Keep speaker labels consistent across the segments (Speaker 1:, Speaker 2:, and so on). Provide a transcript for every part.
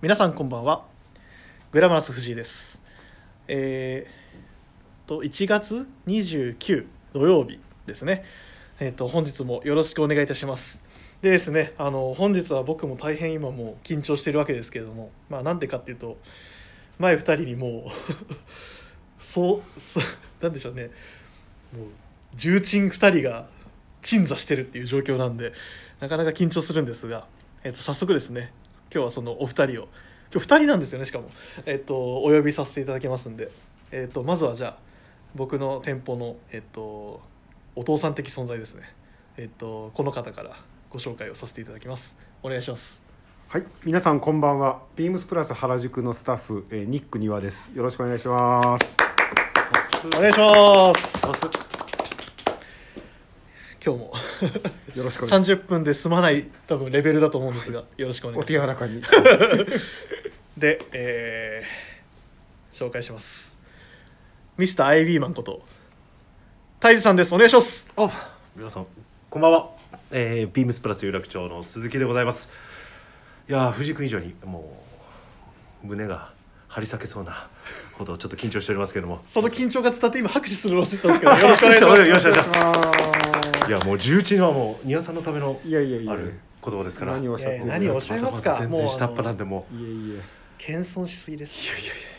Speaker 1: 皆さんこんばんはグラマラス藤井ですえー、と1月29土曜日ですねえっ、と本日もよろしくお願いいたしますでですねあの本日は僕も大変今もう緊張してるわけですけれどもまあなんでかっていうと前2人にもう そうそうなんでしょうねもう重鎮2人が鎮座してるっていう状況なんでなかなか緊張するんですが、えっと早速ですね今日はそのお二人を今日2人なんですよねしかも、えっとお呼びさせていただきますんで、えっとまずはじゃあ僕の店舗の、えっとお父さん的存在ですね、えっとこの方からご紹介をさせていただきますお願いします
Speaker 2: はい、皆さんこんばんは。ビームスプラス原宿のスタッフ、えーニック庭です。よろしくお願いします。
Speaker 1: お願いします今日も
Speaker 2: よろしくお願いし
Speaker 1: 30分で済まない多分レベルだと思うんですが、よろしくお
Speaker 2: ます。
Speaker 1: 願
Speaker 2: お
Speaker 1: いし
Speaker 2: 手柔
Speaker 1: ま
Speaker 2: ら
Speaker 1: す
Speaker 2: かに。
Speaker 1: で、えー紹介しますミスター IB マンことタイズさんですお願いします
Speaker 3: あ、皆さん、こんばんは。えー、ビームスプラス有楽町の鈴木でございます。いやー、藤井君以上に、もう。胸が張り裂けそうなほど、ちょっと緊張しておりますけども。
Speaker 1: その緊張が伝わって今拍手するの忘れてたんですけ どよろしくお願いします
Speaker 3: よろしくお願いします
Speaker 2: あ
Speaker 3: いや、もう重鎮はもう、庭さんのための
Speaker 2: ーいやいやいや。
Speaker 3: ある言葉ですから。
Speaker 2: 何をおっしゃっ
Speaker 1: いや
Speaker 2: て
Speaker 1: いや何をおっしゃいますか
Speaker 3: 全
Speaker 1: もうあ
Speaker 3: 然
Speaker 1: の
Speaker 3: 下っ端なんでもう。
Speaker 2: いえいえ。
Speaker 1: 謙遜しすぎです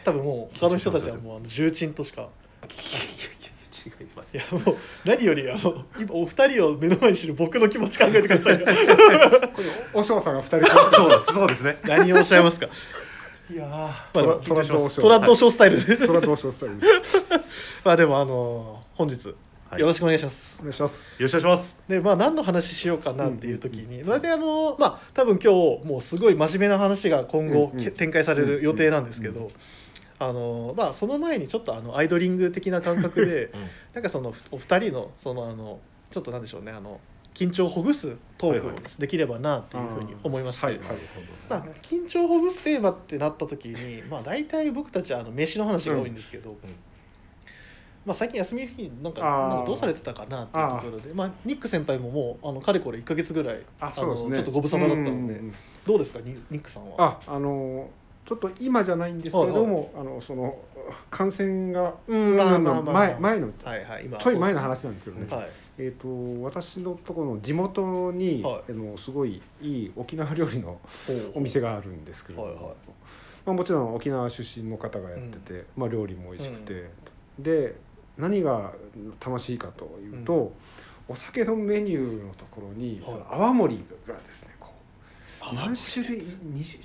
Speaker 1: 多分もう他の人たちはもうあの重鎮としか
Speaker 3: いやいやいや違います
Speaker 1: い。やもう何よりあの今お二人を目の前にしてる僕の気持ち考えてくださいよ
Speaker 2: おしょうさんが二人。
Speaker 3: そうです。そうですね。
Speaker 1: 何をおっしゃい ますか
Speaker 3: いやー。
Speaker 1: まあでも
Speaker 2: トラッドおしょう。
Speaker 1: トラッドショースタイルで
Speaker 2: トラッドおしょうスタイルです。
Speaker 1: まあでもあの本日
Speaker 3: はい
Speaker 1: よろしくお願いします、
Speaker 2: お願いします。
Speaker 3: よろしくお願いします。
Speaker 1: でまあ何の話しようかなっていう時に大体あのまあ多分今日もうすごい真面目な話が今後
Speaker 2: うんうん
Speaker 1: け展開される予定なんですけ
Speaker 2: うんう
Speaker 1: どあのまあその前にちょっとあのアイドリング的な感覚 でなんかそのお二人のそのあのちょっとなんでしょうねあの緊張をほぐすトーク
Speaker 3: はいはい
Speaker 1: をできればなっていうふうに思いまして、
Speaker 2: はいはい。
Speaker 1: まあ、緊張をほぐすテーマってなった時に、まあ、大体僕たちはあの飯の話が多いんですけど、まあ、最近休みの日になんか
Speaker 2: あー
Speaker 1: なんかどうされてたかなっていうところでまあ、ニック先輩ももうあのかれこれ1か月ぐらい
Speaker 2: あ、
Speaker 1: の
Speaker 2: そうですね。
Speaker 1: ちょっとご無沙汰だった
Speaker 2: うん
Speaker 1: ので、
Speaker 2: うんうん。
Speaker 1: どうですかニニックさんは。
Speaker 2: あ、あのーちょっと今じゃないんですけれども、あのその感染が
Speaker 1: うんまあまあまあまあ
Speaker 2: 前前のち
Speaker 1: はいはい今
Speaker 2: ょい前の
Speaker 1: そう
Speaker 2: 話なんですけど
Speaker 1: で
Speaker 2: ね
Speaker 1: す。ねはい
Speaker 2: えー、と私のところの地元に、
Speaker 1: はい
Speaker 2: あのすごいいい沖縄料理のお
Speaker 1: お
Speaker 2: 店があるんですけれども、
Speaker 1: はいはい
Speaker 2: まあ、もちろん沖縄出身の方がやってて、まあ、料理も美味しくて、で何が楽しいかというと、お酒のメニューのところに、
Speaker 1: はい
Speaker 2: その泡盛がですねこう
Speaker 1: 泡盛
Speaker 2: 何種類 20,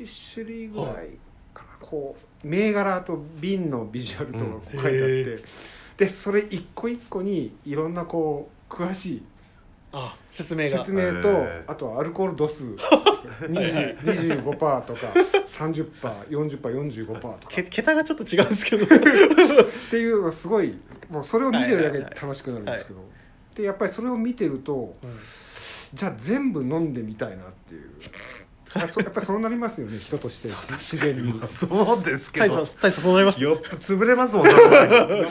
Speaker 2: 20種類ぐらいかな、こう銘柄と瓶のビジュアルとかこう書いてあって、
Speaker 1: うんへ
Speaker 2: でそれ一個一個にいろんなこう詳しい
Speaker 1: あ説明が
Speaker 2: 説明と、
Speaker 3: えー
Speaker 2: あとはアルコール度数
Speaker 1: は いはい
Speaker 2: 20 25%とか 30%40%45% とか
Speaker 1: け桁がちょっと違うんですけ ど
Speaker 2: っていうすごいもうそれを見てるだけで
Speaker 1: はいはいはい
Speaker 2: 楽しくなるんですけど、でやっぱりそれを見てると
Speaker 1: うん
Speaker 2: じゃあ全部飲んでみたいなっていうやっぱやっぱりそうなりますよね人として自然に、ま
Speaker 3: そうですけ
Speaker 1: 大
Speaker 3: ど。
Speaker 1: 佐大佐そうなります
Speaker 3: よっ潰れますもん。多分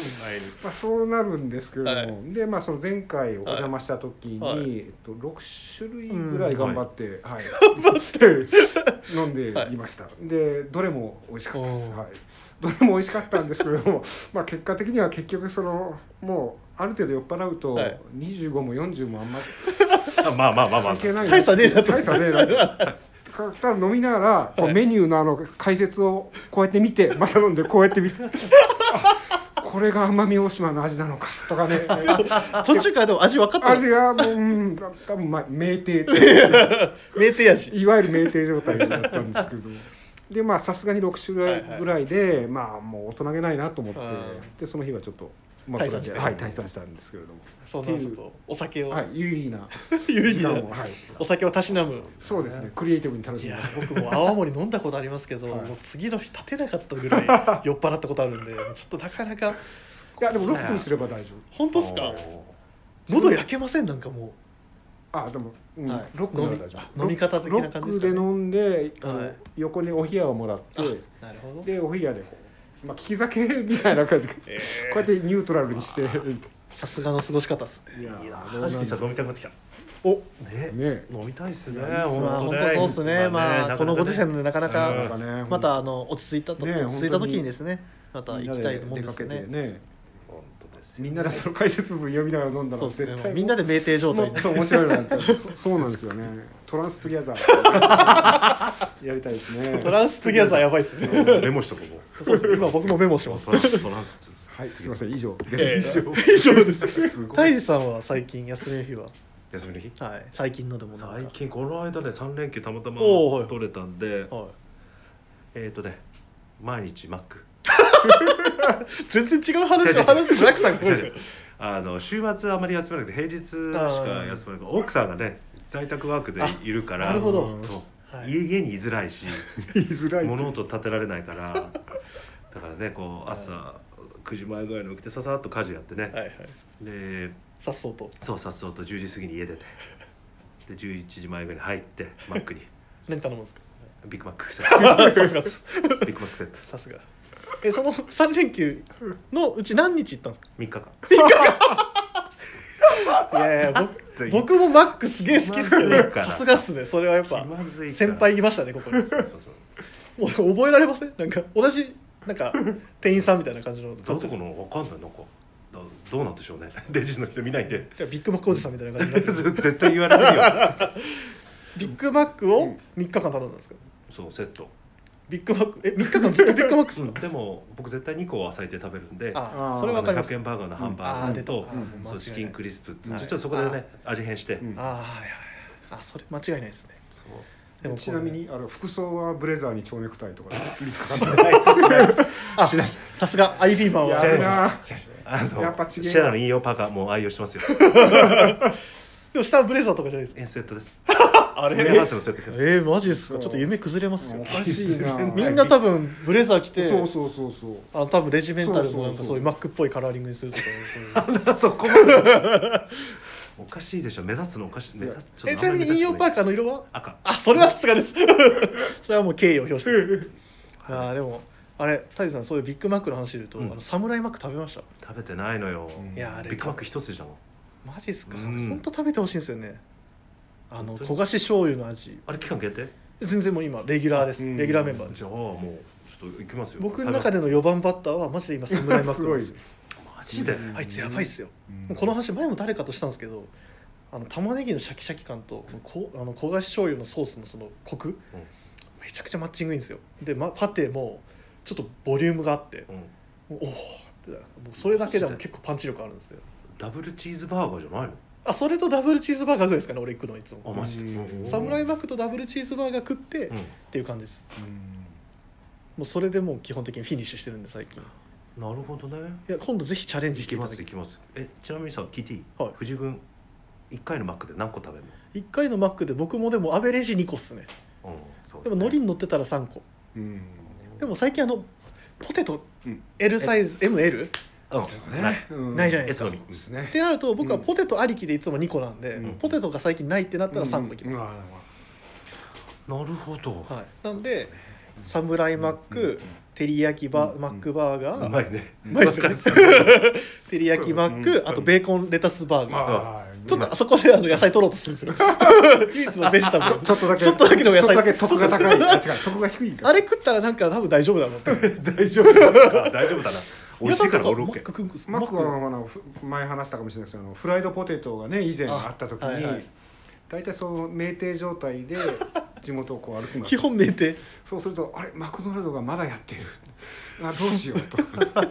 Speaker 2: あ、そうなるんですけれども、
Speaker 1: は
Speaker 2: でまあその前回お邪魔した時に、
Speaker 1: はいはい
Speaker 2: えっと、6種類ぐらい頑張って、はい飲んでいました、でどれも美味しかったです、
Speaker 1: おー
Speaker 2: はい、どれも美味しかったんですけれども まあ結果的には結局そのもうある程度酔っ払うと、
Speaker 1: はい
Speaker 2: 25も40もあんま
Speaker 3: まあまあまあまあ。
Speaker 2: 関係ない
Speaker 1: 大差ねえなと
Speaker 2: 大差ねえなとただ飲みながらこう
Speaker 1: はい
Speaker 2: メニューのあの解説をこうやって見てまた飲んでこうやって見てあこれが奄美大島の味なのかとかね
Speaker 1: 途中からでも味分かったの
Speaker 2: 味がもう、うん、多分まあ名店
Speaker 1: 名店味
Speaker 2: いわゆる酩酊状態だったんですけどでまあさすがに6種類ぐらいで、まあもう大人げないなと思って、
Speaker 1: うん
Speaker 2: でその日はちょっと、まあ、
Speaker 1: 退散して
Speaker 2: それではい退散したんですけれども
Speaker 1: そんなちょっとお酒を、
Speaker 2: はい有意義な
Speaker 1: 有意義
Speaker 2: 時間
Speaker 1: な
Speaker 2: を はい
Speaker 1: お酒をたしなむ
Speaker 2: そうですねクリエイティブに楽し
Speaker 1: い
Speaker 2: みま
Speaker 1: や
Speaker 2: した
Speaker 1: 僕も泡盛飲んだことありますけど、
Speaker 2: はい
Speaker 1: もう次の日立てなかったぐらい酔っ払ったことあるんでもうちょっとなかなか
Speaker 2: いやでも6分すれば大丈夫
Speaker 1: 本当っすか喉焼けませんなんかも
Speaker 2: あでも、うん
Speaker 1: はい
Speaker 2: ロックなら大丈
Speaker 1: 飲み
Speaker 2: 夫
Speaker 1: 飲み方的な感じですかね
Speaker 2: ロックで飲んで、あの
Speaker 1: はい
Speaker 2: 横にお冷やをもらっ
Speaker 1: うあ
Speaker 2: て
Speaker 1: なるほど
Speaker 2: でお冷やでこう、まあ、聞き酒みたいな感じで、
Speaker 1: え
Speaker 2: こうやってニュートラルにしていや
Speaker 1: さすがの過ごし方っすね
Speaker 2: ーどうなん
Speaker 3: 確
Speaker 2: で
Speaker 3: かに
Speaker 2: し
Speaker 3: さ
Speaker 2: ょう
Speaker 3: 飲みたくなってきた。
Speaker 1: お
Speaker 3: ね
Speaker 2: ね
Speaker 3: 飲みたいですね。
Speaker 2: いやいいっす
Speaker 1: まあ
Speaker 3: 本当
Speaker 1: 本
Speaker 3: ね
Speaker 1: 当そうですね
Speaker 3: 今
Speaker 1: ま
Speaker 3: なかな
Speaker 1: あ
Speaker 3: か
Speaker 1: このご時世でなかな
Speaker 3: う
Speaker 2: なん
Speaker 1: か
Speaker 2: かね
Speaker 1: またあの落ち着いたと
Speaker 2: ね
Speaker 1: 落ち着いた
Speaker 2: 本当に
Speaker 1: 時にですねまた行きたいもんですね
Speaker 2: みんな出かけてね
Speaker 3: 本当ですよ
Speaker 2: みんなでその解説文読みながら飲んだら
Speaker 1: そうですね
Speaker 2: 絶
Speaker 1: もう
Speaker 2: 対
Speaker 1: みんなで酩酊状態
Speaker 2: も っ
Speaker 1: に
Speaker 2: と面白いのやったらそそうなんですよねトランストゥギャザ ーやりたいですね
Speaker 1: トランストゥギャザーやばいっすね
Speaker 3: メモしとこ う。
Speaker 1: そうですね今僕もメモします
Speaker 3: トラントランス
Speaker 2: はいすいません以上
Speaker 1: え
Speaker 2: で
Speaker 1: え
Speaker 2: す、
Speaker 1: 以上です
Speaker 3: すごい
Speaker 1: 泰治さんは最近休みの日は
Speaker 3: 休みの日。
Speaker 1: はい最近のでもなん
Speaker 3: 最
Speaker 1: か
Speaker 3: 近この間ね三連休たまたま
Speaker 1: おーはい
Speaker 3: 取れたんで、
Speaker 1: は
Speaker 3: えっ、ー、とね毎日マック。
Speaker 1: い全然違う 話を話ブラックさんがすごいですよ
Speaker 3: あの週末あまり休まなくて平日しか休まないから奥さんがね在宅ワークでいるから
Speaker 1: あなるほど
Speaker 3: そう
Speaker 1: はい
Speaker 3: 家家に居づらいし
Speaker 2: 言いづらいって
Speaker 3: 物音立てられないからだからねこう朝9時前ぐらいに起きてささっと家事やってね、
Speaker 1: はいはい
Speaker 3: で
Speaker 1: さっそうと
Speaker 3: そうさっそうと10時過ぎに家出てで11時前ぐらいに入ってマックに
Speaker 1: 何頼むん ですか
Speaker 3: ビッグマックセ ッ
Speaker 1: さすがです
Speaker 3: トビッグマックセット
Speaker 1: さすがえその3連休のうち何日行ったんですか
Speaker 3: 3日間
Speaker 1: いやいや僕
Speaker 3: 僕
Speaker 1: 僕もマックすげえ好きっすけ
Speaker 3: マック
Speaker 1: ど
Speaker 3: から
Speaker 1: さすがっすねそれはやっぱ
Speaker 3: 気まずいから
Speaker 1: 先輩いましたねここにも
Speaker 3: そうそうそう
Speaker 1: う覚えられませんなんか同じなんか店員さんみたいな感じの
Speaker 3: どこのわかんないなんかだどうなんでしょうね レジの人見ないんで
Speaker 1: いやビッグマックおじさんみたいな感じになってる
Speaker 3: 絶対言われないよ
Speaker 1: ビッグマックを3日間頼んだんですか
Speaker 3: そうセット、
Speaker 1: ビッグマックえ3日間ずっとビッグマックっす
Speaker 3: うん
Speaker 1: か
Speaker 3: でも僕絶対2個は割いて食べるんで
Speaker 1: あ
Speaker 2: あー
Speaker 1: あそれはわかります
Speaker 3: 100円バーガーのハン
Speaker 1: あ
Speaker 3: バ
Speaker 1: あ
Speaker 3: ー
Speaker 1: 出
Speaker 3: グ
Speaker 1: た
Speaker 3: と、
Speaker 2: うん
Speaker 1: あー
Speaker 3: そうチキンクリスプって
Speaker 1: はい
Speaker 3: ちょっとそこでね味変して、
Speaker 2: うん
Speaker 1: ああいやあそれ間違いないですねでもこう
Speaker 2: ちなみにあの服装はブレザーに蝶ネクタイとかで
Speaker 1: あ
Speaker 2: しない
Speaker 1: さすが IB マン
Speaker 2: やる
Speaker 1: は
Speaker 2: な
Speaker 3: あの
Speaker 2: やっぱ違え
Speaker 3: シェラの引用パーカーもう愛用して ますよ
Speaker 1: でも下はブレザーとかじゃないですか
Speaker 3: えセットです
Speaker 1: あ
Speaker 3: ウェアハウスのセットです
Speaker 1: えー、マジですかちょっと夢崩れますよ
Speaker 2: おかしいな
Speaker 1: みんな多分ブレザー着て
Speaker 2: そうそうそうそう
Speaker 1: あの多分レジメンタルもなんかそう
Speaker 2: そそうそう
Speaker 1: ういうマックっぽいカラーリングにするとかそういう
Speaker 3: そこまでおかしいでしょ目立つのおかしい目立つょ
Speaker 1: え
Speaker 3: っ
Speaker 1: ち
Speaker 3: と
Speaker 1: な
Speaker 3: 名前
Speaker 1: みに
Speaker 3: 目立つ
Speaker 1: 引用パーカーの色は
Speaker 3: 赤
Speaker 1: あそれはさすがです それはもう敬意を表してるあーでもあれタイさんそういうビッグマックの話で言うと、
Speaker 3: うん
Speaker 1: あのサムライマック食べました
Speaker 3: 食べてないのよ、
Speaker 2: うん
Speaker 1: いやあれ
Speaker 3: ビッグマック一つじゃん
Speaker 1: マジっすか、
Speaker 3: う
Speaker 1: ほ
Speaker 3: ん
Speaker 1: ん、本当食べてほしいんですよねあの
Speaker 3: 本当に
Speaker 1: 焦がし醤油の味
Speaker 3: あれ期間限定
Speaker 1: 全然もう今レギュラーです、
Speaker 2: うん
Speaker 1: レギュラーメンバーで
Speaker 3: じ
Speaker 1: す
Speaker 3: ゃあもうちょっと行きますよ
Speaker 1: 僕の中での4番バッターはマジで 今サムライマックなんですよ
Speaker 3: マジで、
Speaker 2: うん
Speaker 1: あいつやばいっすよ
Speaker 2: うん
Speaker 1: もうこの話前も誰かとしたんですけどあの玉ねぎのシャキシャキ感とこあの焦がし醤油のソースのそのコク、めちゃくちゃマッチングいいんですよで、ま、パテもちょっとボリュームがあって
Speaker 3: うん
Speaker 1: もうおおってもうそれだけでも結構パンチ力あるんですよ
Speaker 3: ダブルチーズバーガーじゃないの
Speaker 1: あそれとダブルチーズバーガーぐらいですかね俺行くのいつ
Speaker 3: あ
Speaker 1: も
Speaker 3: マジで
Speaker 2: うん
Speaker 1: サムライマ
Speaker 3: バ
Speaker 1: ックとダブルチーズバーガー食って、
Speaker 3: ー
Speaker 1: っ
Speaker 3: うん
Speaker 1: ていう感じです
Speaker 2: うん
Speaker 1: もうそれでもう基本的にフィニッシュしてるんで最近
Speaker 3: なるほどね
Speaker 1: いや今度ぜひチャレンジ
Speaker 3: 行
Speaker 1: して
Speaker 3: き
Speaker 1: いた
Speaker 3: ま
Speaker 1: だ
Speaker 3: す
Speaker 1: き
Speaker 3: 行きますえちなみにさ聞いていい、
Speaker 1: はい
Speaker 3: 藤井君1回のマックで何個食べるの
Speaker 1: 1回のマックで僕もでもアベレージ2個っすね
Speaker 3: うんそう
Speaker 1: でも海苔に乗ってたら3個
Speaker 2: うん
Speaker 1: でも最近あのポテト
Speaker 2: うん
Speaker 1: L サイズ ML っ
Speaker 3: うんない
Speaker 2: うん
Speaker 1: ないじゃないですか
Speaker 3: え海苔
Speaker 2: ですね
Speaker 1: てなると僕は
Speaker 2: うん
Speaker 1: ポテトありきでいつも2個なんで、
Speaker 2: うん
Speaker 1: ポテトが最近ないってなったら3個いきます、
Speaker 2: うんうん
Speaker 3: なるほど、
Speaker 1: はい、なんでサムライマック、照り焼きバ、
Speaker 2: うん
Speaker 1: マックバーガー、
Speaker 3: うまいね
Speaker 1: うまいっすよね
Speaker 3: わかる
Speaker 1: 照り焼きマック、
Speaker 2: うん
Speaker 1: あとベーコンレタスバーガー、
Speaker 2: ああ
Speaker 1: ちょっとあそこであの野菜取ろうとするんです よ唯一のベジタブル
Speaker 2: ちょっとだけ
Speaker 1: ちょっとだけの野菜
Speaker 2: ちょっとだけ得が高いあ違う得が低いから
Speaker 1: あれ食ったらなんか多分大丈夫だろうって
Speaker 3: 大丈夫だな大丈 夫だな美
Speaker 1: 皆
Speaker 3: 味し
Speaker 1: さ
Speaker 3: い
Speaker 1: ん
Speaker 3: か
Speaker 1: と
Speaker 3: ら
Speaker 1: か
Speaker 3: 俺
Speaker 1: マ
Speaker 3: OK
Speaker 1: ック食うんです
Speaker 2: マック
Speaker 1: マ
Speaker 2: はあのふ前話したかもしれないですけどあのフライドポテトがね以前あった時
Speaker 1: あはいはい
Speaker 2: に大体その酩酊状態で地元をこう歩きます
Speaker 1: 基本名店
Speaker 2: そうするとあれマクドナルドがまだや ってるあどうしようとちょっ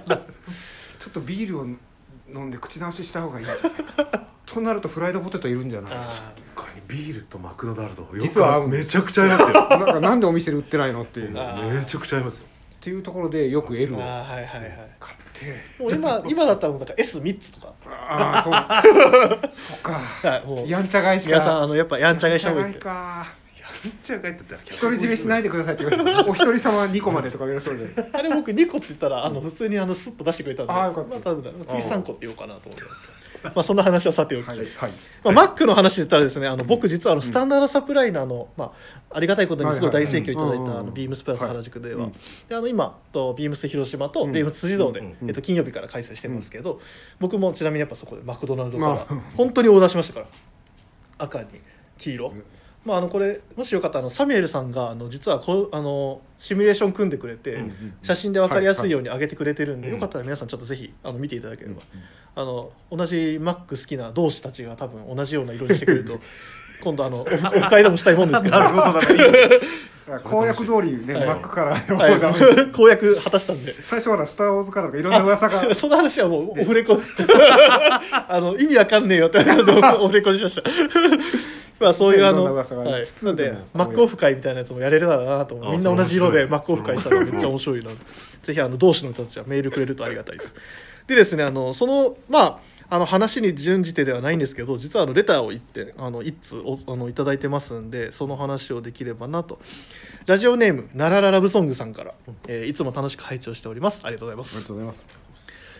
Speaker 2: とビールを飲んで口直しした方がいいんじゃないとなるとフライドポテトいるんじゃない
Speaker 3: これビールとマクドナルドよく
Speaker 2: 実は合うんで
Speaker 3: めちゃくちゃ合いますよ
Speaker 2: なんかなんでお店で売ってないのっていうっ
Speaker 1: あー
Speaker 3: めちゃくちゃ合いますよ
Speaker 2: ていうところでよく L を
Speaker 1: あー
Speaker 2: 買っ
Speaker 1: はいはいはい
Speaker 2: て
Speaker 1: もう今今だったらもうなんか S3 つとか
Speaker 2: ああそうそっか
Speaker 1: はいもう
Speaker 2: やんちゃ返しか
Speaker 1: 皆さんあのやっぱやんちゃがいした方がいいですよ
Speaker 2: やんちゃ返しか
Speaker 3: めっちゃ帰ってたら
Speaker 2: 独り占めしないでくださいって言われてお一人様2個までとか言われそうで
Speaker 1: あれ僕2個って言ったらあの普通にあのスッと出してくれたんで
Speaker 2: あーよかった
Speaker 1: まあ、多分次3個って言おうかなと思いますけどまあそんな話はさておき、
Speaker 2: はいはい
Speaker 1: まあ、マックの話で言ったらですねあの僕実はあのスタンダードサプライナーの、まあ、ありがたいことにすごい大盛況いただい
Speaker 2: はいはいうん
Speaker 1: たあのビームスプラス原宿では、
Speaker 2: うん
Speaker 1: であの今とビームス広島と
Speaker 2: うん
Speaker 1: ビームス辻堂で、
Speaker 3: うん
Speaker 2: うん
Speaker 1: えっと、金曜日から開催してますけど、僕もちなみにやっぱそこでマクドナルドか
Speaker 2: まあ
Speaker 1: ら本当にオーダーしましたから赤に黄色、
Speaker 2: うん
Speaker 1: まあ、あのこれもしよかったらあのサミュエルさんがあの実はこうあのシミュレーション組んでくれて、
Speaker 3: うん
Speaker 1: 写真で分かりやすいように上げてくれてるんで、
Speaker 3: はいは
Speaker 1: よ
Speaker 3: い
Speaker 1: かったら皆さんちょっとぜひあの見ていただければ、
Speaker 2: うん
Speaker 1: あの同じマック好きな同志たちが多分同じような色にしてくれると今度あのオフオフ会でもしたいもんですけど、
Speaker 3: な
Speaker 1: は
Speaker 3: るほどだねい
Speaker 2: だ
Speaker 3: いね
Speaker 2: から公約通りね、
Speaker 1: はい
Speaker 2: マックから、ダメ
Speaker 1: い、公約果たしたんで。
Speaker 2: 最初から「スター・ウォーズ」からとかいろんな噂 が
Speaker 1: その話はもうオフレコですあの意味わかんねえよって言われたのでオフレコにしましたまあそういうあの、
Speaker 2: いろんな噂が
Speaker 1: は
Speaker 2: あ
Speaker 1: い
Speaker 2: りつ、つ
Speaker 1: なんで
Speaker 2: でも
Speaker 1: マックオフ会みたいなやつもやれるだろうなと思
Speaker 3: あ
Speaker 1: うみんな同じ色で
Speaker 3: それ面白い
Speaker 1: マックオフ会したらめっちゃ面白いなぜひあの同志の人たちはメールくれるとありがたいですでですねあのそのまああの話に準じてではないんですけど実はあのレターを言ってあの一通おあのいただいてますんでその話をできればなとラジオネームナラララブソングさんから、えーいつも楽しく拝聴しておりますありがとうございます
Speaker 2: うございます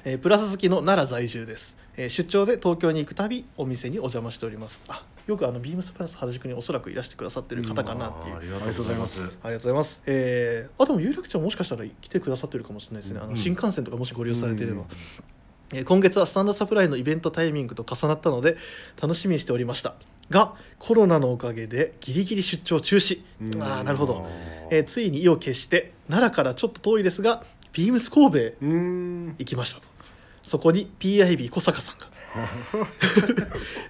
Speaker 1: えープラス好きの奈良在住です、えー出張で東京に行くたびお店にお邪魔しておりますあよくあのビームスプラス原宿におそらくいらしてくださってる方かなっていう、
Speaker 3: あーあ
Speaker 1: あり
Speaker 3: りがとうございます
Speaker 1: がとうございます、えーあでも有楽町もしかしたら来てくださってるかもしれないですね、あ
Speaker 3: う
Speaker 1: の
Speaker 3: ん
Speaker 1: 新幹線とかもしご利用されていれば、えー今月はスタンダードサプライのイベントタイミングと重なったので楽しみにしておりましたがコロナのおかげでギリギリ出張中止、
Speaker 2: うん
Speaker 1: ああなるほど、えー
Speaker 3: え
Speaker 1: ついに意を決して奈良からちょっと遠いですがビームス神戸へ
Speaker 2: うーん
Speaker 1: 行きましたとそこに PIB 小坂さんが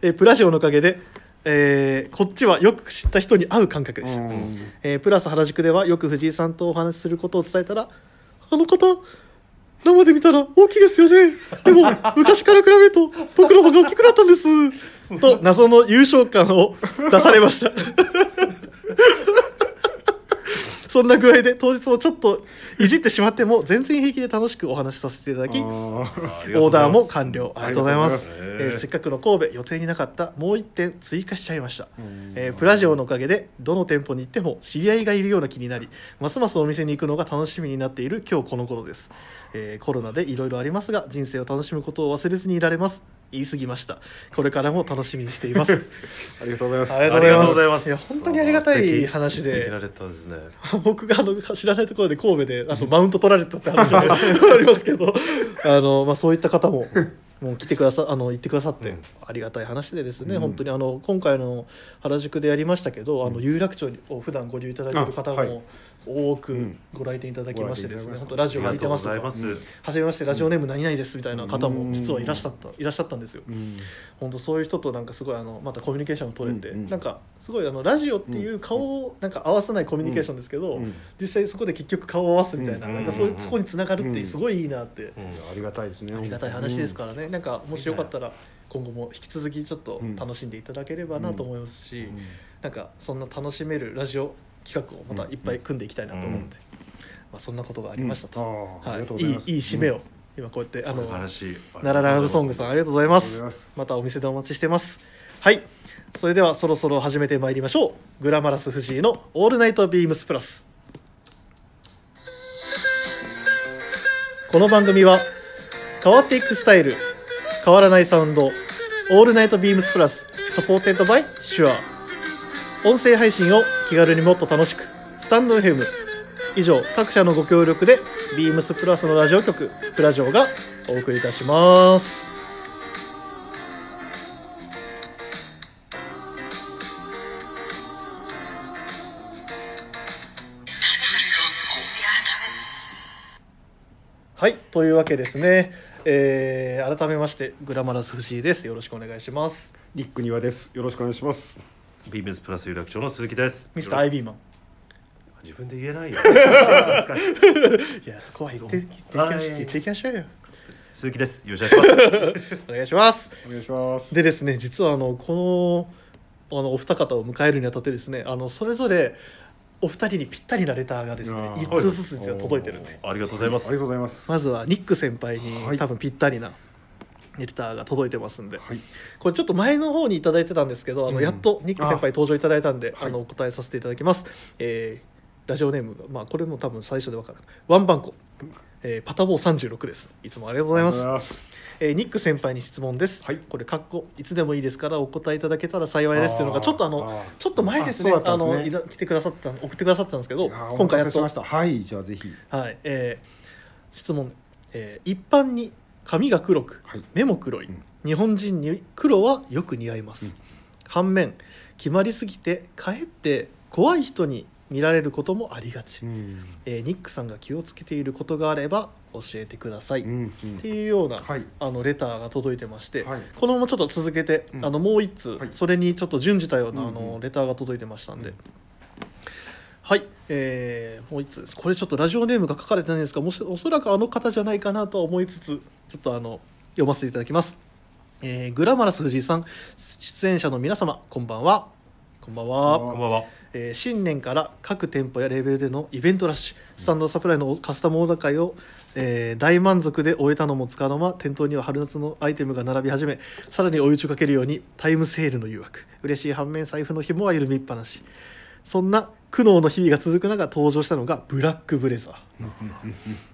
Speaker 1: えプラジオのおかげで、えーこっちはよく知った人に会う感覚でした、
Speaker 2: うん
Speaker 1: えープラス原宿ではよく藤井さんとお話しすることを伝えたらあの方生で見たら大きいですよねでも 昔から比べると僕の方が大きくなったんですと謎の優勝感を出されました そんな具合で当日もちょっといじってしまっても全然平気で楽しくお話しさせていただき
Speaker 2: あー
Speaker 1: オーダーも完了ありがとうございます
Speaker 3: ありがとうござい
Speaker 1: え
Speaker 3: ます
Speaker 1: ーせっかくの神戸予定になかったもう1点追加しちゃいました、
Speaker 2: うん
Speaker 1: えープラジオのおかげでどの店舗に行っても知り合いがいるような気になりますますお店に行くのが楽しみになっている今日この頃です、えーコロナでいろいろありますが人生を楽しむことを忘れずにいられます言い過ぎましたこれからも楽しみにしています
Speaker 2: ありがとうございます
Speaker 1: ありが
Speaker 3: ありがとうございます
Speaker 1: いや本当にありがたい話で
Speaker 3: 素敵なレターですね
Speaker 1: 僕があの知らないところで神戸であのマウント取られたって話 もありますけどあの、まあ、そういった方ももう来てくださあの行ってくださって、
Speaker 3: うん
Speaker 1: ありがたい話でですね、
Speaker 2: うん
Speaker 1: 本当にあの今回の原宿でやりましたけど、あの有楽町を普段ご利用いただいている方
Speaker 2: あはい
Speaker 1: も多
Speaker 2: う
Speaker 1: く
Speaker 2: ん
Speaker 1: ご来店いただきましてですね、
Speaker 2: ご
Speaker 1: 本当
Speaker 2: 来店いただきました
Speaker 1: ラ
Speaker 3: あ
Speaker 1: ジ
Speaker 3: り
Speaker 1: オ
Speaker 3: が
Speaker 1: 聞い
Speaker 3: と
Speaker 1: て
Speaker 3: うご
Speaker 1: ますと
Speaker 3: ざいま
Speaker 1: か
Speaker 3: す
Speaker 1: 初めましてラジオネーム何々ですみたいな方
Speaker 2: う
Speaker 1: も
Speaker 2: ん
Speaker 1: 実はいらっしゃったいらっしゃったんですよ。
Speaker 2: うん
Speaker 1: 本当そういう人となんかすごいあのまたコミュニケーションを取れて、
Speaker 2: うんうん
Speaker 1: なんかすごいあのラジオっていう顔をなんか合わさないコミュニケーションですけど、
Speaker 2: うん
Speaker 1: 実際そこで結局顔を合わすみたいな,、
Speaker 2: うん
Speaker 1: なんかそういう
Speaker 3: うん
Speaker 1: そこにつながるってすごいいいなって、
Speaker 3: うん
Speaker 2: ありがたいですね
Speaker 1: ありがたい話ですからね、なんかもしよかったら今後も引き続きちょっと楽しんでいただければなと思いますし、
Speaker 2: うん
Speaker 1: なんかそんな楽しめるラジオ企画をまたいっぱい組んでいきたいなと思って、
Speaker 3: うん
Speaker 1: まあ、そんなことがありましたと、
Speaker 2: うんあーあ
Speaker 1: は
Speaker 2: り
Speaker 1: い
Speaker 2: がとうござ
Speaker 1: い
Speaker 2: います
Speaker 1: いいい締めを今こうやってあの
Speaker 3: 素晴らしい
Speaker 1: ラララブソングさんありがとうござい
Speaker 2: あ
Speaker 1: ま
Speaker 2: りが
Speaker 1: す
Speaker 2: とうございます
Speaker 1: またお店でお待ちしてますはいそれではそろそろ始めてまいりましょうグラマラス藤井の「オールナイトビームスプラス」この番組は変わっていくスタイル変わらないサウンド「オールナイトビームスプラス」サポーテッドバイシュア音声配信を気軽にもっと楽しくスタンド FM 以上各社のご協力でビームスプラスのラジオ局プラジオがお送りいたしますはい、というわけですね。えー改めまして、グラマラス藤井です。よろしくお願いします。
Speaker 2: リック庭ですよろしくお願いします
Speaker 3: ビームスプラス有楽町の鈴木です
Speaker 1: ミスターアイビーマン。
Speaker 3: 自分で言えないよ
Speaker 1: いや、そこは言って、言っていきましょう
Speaker 3: はい
Speaker 1: 言っていきましょうよ。
Speaker 3: 鈴木ですよろしくお願いします
Speaker 1: お願いします。
Speaker 2: お願いします
Speaker 1: でですね、実はあの、この、あの、お二方を迎えるにあたってですね、あの、それぞれ。お二人にぴったりなレターがですね
Speaker 2: あ、ー
Speaker 1: 一通ずつ実は届いてるんで。
Speaker 3: ありがとうございま
Speaker 2: あ
Speaker 3: す
Speaker 2: りがとうございます
Speaker 1: まずはニック先輩に、
Speaker 2: はい
Speaker 1: 多分ぴったりな。レターが届いてますんで、
Speaker 2: はい
Speaker 1: これちょっと前の方にいただいてたんですけど、あ
Speaker 2: う
Speaker 1: の
Speaker 2: ん
Speaker 1: やっとニック先輩登場いただいたんで、
Speaker 2: あ
Speaker 1: あ
Speaker 2: はい
Speaker 1: のお答えさせていただきます。えーラジオネームがまあこれも多分最初でわかる。ワンバンコ、えーパタボー三十六です。いつもありがとうございます。
Speaker 2: ありがとうございます
Speaker 1: えーニック先輩に質問です。
Speaker 2: はい
Speaker 1: これかっこいつでもいいですからお答えいただけたら幸いですっていうのがちょっとあの
Speaker 2: あー
Speaker 1: ちょっと前ですね。
Speaker 2: あそうだ
Speaker 1: あ
Speaker 2: ったんです
Speaker 1: の
Speaker 2: ね
Speaker 1: いら来てくださった送ってくださったんですけど、
Speaker 2: あー
Speaker 1: 今回やっ
Speaker 2: お待たせし
Speaker 1: と
Speaker 2: ましたはいじゃあぜひ
Speaker 1: はい、えー質問、えー一般に髪が黒く、
Speaker 2: はい
Speaker 1: 目も黒い、
Speaker 2: うん
Speaker 1: 日本人に黒はよく似合います、反面決まりすぎてかえって怖い人に見られることもありがち、
Speaker 2: うん
Speaker 1: えーニックさんが気をつけていることがあれば教えてください、
Speaker 2: う
Speaker 1: っ
Speaker 2: ん
Speaker 1: ていうような、
Speaker 2: はい
Speaker 1: あのレターが届いてまして、
Speaker 2: はい
Speaker 1: このままちょっと続けて、
Speaker 2: うん
Speaker 1: あのもう一通、
Speaker 2: はい
Speaker 1: それにちょっと準じたような、
Speaker 2: うん
Speaker 1: あ
Speaker 2: うん
Speaker 1: のレターが届いてましたんで、
Speaker 2: うん
Speaker 1: はい、えーもう一通ですこれちょっとラジオネームが書かれてないんですがもしおそらくあの方じゃないかなとは思いつつちょっとあの読ませていただきます、えーグラマラス藤井さん出演者の皆様こんばんはこんばんは
Speaker 2: こんばんは
Speaker 3: こんばんは
Speaker 1: えー新年から各店舗やレーベルでのイベントラッシュスタンドサプライのカスタムオーダー会を、えー大満足で終えたのもつかの間店頭には春夏のアイテムが並び始めさらに追い打ちをかけるようにタイムセールの誘惑嬉しい反面財布の紐は緩みっぱなしそんな苦悩の日々が続く中登場したのがブラックブレザー、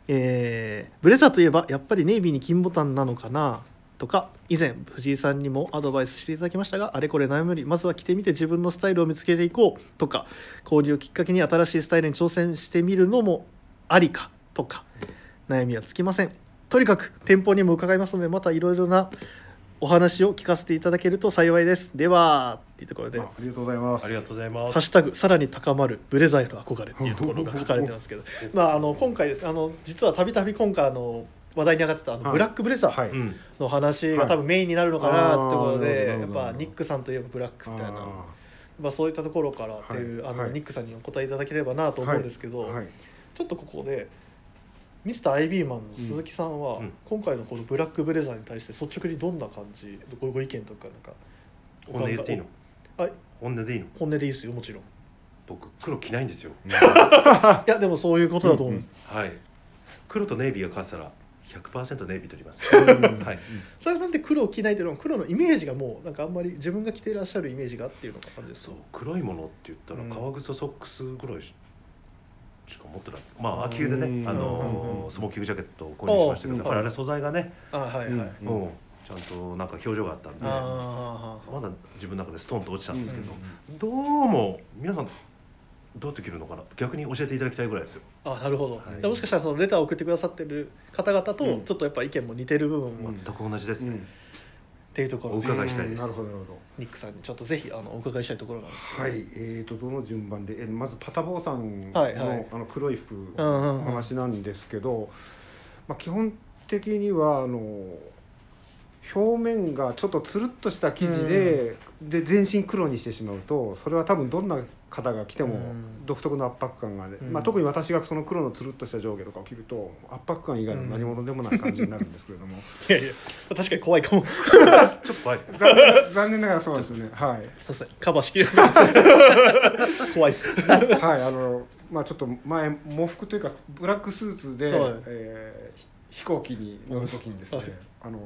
Speaker 1: えーブレザーといえばやっぱりネイビーに金ボタンなのかなとか以前藤井さんにもアドバイスしていただきましたがあれこれ悩むよりまずは着てみて自分のスタイルを見つけていこうとか交流をきっかけに新しいスタイルに挑戦してみるのもありかとか悩みはつきませんとにかく店舗にも伺いますのでまたいろいろなお話を聞かせていただけると幸いですではっていうところで
Speaker 2: あありがとうございます
Speaker 3: ありがとうございま
Speaker 1: ハッ
Speaker 3: す
Speaker 1: シュタグさらに高まるブレザーへの憧れっていうところが書かれてますけど、まああの今回ですあの実はたびたび今回あの話題に上がってたあの
Speaker 2: はい
Speaker 1: ブラックブレザ
Speaker 2: は
Speaker 1: ー
Speaker 2: い、
Speaker 3: うん
Speaker 1: の話
Speaker 2: は
Speaker 1: が
Speaker 2: い
Speaker 1: 多分メインになるのかなってところで、
Speaker 2: あーな
Speaker 1: や
Speaker 2: る
Speaker 1: っ
Speaker 2: ほど
Speaker 1: ぱニックさんといえばブラックみたいな
Speaker 2: あ
Speaker 1: まあそういったところからっていう、
Speaker 2: はい
Speaker 1: あの
Speaker 2: はい
Speaker 1: ニックさんにお答えいただければなと
Speaker 2: ー
Speaker 1: 思うんですけど、
Speaker 2: はいはい
Speaker 1: ちょっとここで。ミスターアイビーマンの鈴木さんは、
Speaker 3: うんうん
Speaker 1: 今回のこのブラックブレザーに対して率直にどんな感じごご意見とかなんかお
Speaker 3: 本音言っていいの
Speaker 1: はい
Speaker 3: 本音でいいの
Speaker 1: 本音でいいですよもちろんい
Speaker 3: 僕黒着ないんですよ
Speaker 1: やでもそういうことだと思う、
Speaker 2: うんうん
Speaker 3: はい黒とネイビーが変わってたら100%ネイビー取ります はい
Speaker 1: それはなんで黒を着ないというのは黒のイメージがもうなんかあんまり自分が着てらっしゃるイメージがっていうのがあるんです
Speaker 3: そう黒いものって言ったら
Speaker 1: うん
Speaker 3: 革靴とソックスぐらいししか持ってないま
Speaker 1: うん
Speaker 3: あ秋冬で
Speaker 2: うん
Speaker 3: ねあ
Speaker 2: うん
Speaker 3: のースモーキングジャケットを購入しましたけ
Speaker 2: あ
Speaker 3: ど
Speaker 2: ー
Speaker 3: やっぱりあれ素材がね
Speaker 1: あはいはい、
Speaker 2: うん
Speaker 1: あ
Speaker 2: うん
Speaker 3: うんちゃんとなんか表情があったんでま
Speaker 1: あ
Speaker 3: だ自分の中でストンと落ちたんですけど
Speaker 2: うん
Speaker 3: どうも皆さんどうやって着るのかな逆に教えていただきたいぐらいですよ
Speaker 1: あなるほど、
Speaker 3: はい
Speaker 1: じゃあもしかしたらそのレターを送ってくださってる方々と
Speaker 2: うん
Speaker 1: ちょっとやっぱ意見も似てる部分も、
Speaker 2: う
Speaker 1: っ
Speaker 2: ん
Speaker 3: 全く同じです
Speaker 2: う
Speaker 3: ね
Speaker 2: ん
Speaker 1: ていうところ
Speaker 3: お
Speaker 1: で
Speaker 3: 伺いしたいです
Speaker 2: なるほどなるほど
Speaker 1: ニックさんにちょっとぜひあのお伺いしたいところなんですけど、
Speaker 2: はい、えー、とどの順番で、えまずパタボーさんの,、
Speaker 1: はいはい
Speaker 2: あの黒い服
Speaker 1: うんう
Speaker 2: の
Speaker 1: んうん
Speaker 2: 話なんですけど、まあ、基本的にはあの表面がちょっとつるっとした生地で,、で全身黒にしてしまうとそれは多分どんな方が来て
Speaker 1: う
Speaker 2: も
Speaker 1: ん
Speaker 2: 独特の圧迫感がね、
Speaker 1: うん
Speaker 2: まあ、特に私がその黒のつるっとした上下とかを着ると圧迫感以外の何物でもない感じになるんですけれ ども、
Speaker 1: いやいや確かに怖いかも
Speaker 3: ちょっと怖いですね
Speaker 2: 残念残念ながらそうなんですよね。はい
Speaker 1: さすがにカバーしきれなかったです 怖いっす
Speaker 2: はい、あの、まあ、ちょっと前、喪服というか、ブラックスーツで、
Speaker 1: はい
Speaker 2: えーひ飛行機に乗るときにですね、
Speaker 1: はい
Speaker 2: あの。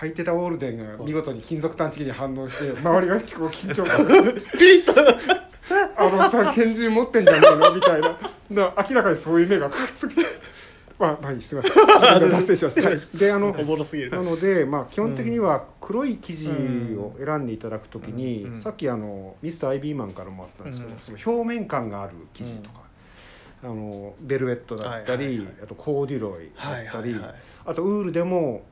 Speaker 2: 履いてたオールデンが見事に金属探知機に反応して、周りが結構緊張感
Speaker 1: ピリッと
Speaker 2: あのさ拳銃持ってんじゃねえのみたいなな明らかにそういう目がカッときてまあまあいいす いません脱線しましたはいであの
Speaker 1: おもろすぎる
Speaker 2: なので、まあ、基本的には黒い生地を選んでいただくときに、
Speaker 1: うん
Speaker 2: さっきあのミスターアイビーマンからもあったんですけど、
Speaker 1: うん
Speaker 2: その表面感がある生地とか、あのベルベットだったり、
Speaker 1: はいはいはい
Speaker 2: あとコーデュロイ
Speaker 1: はい
Speaker 2: だった
Speaker 1: はい
Speaker 2: り、
Speaker 1: はい
Speaker 2: あとウールでも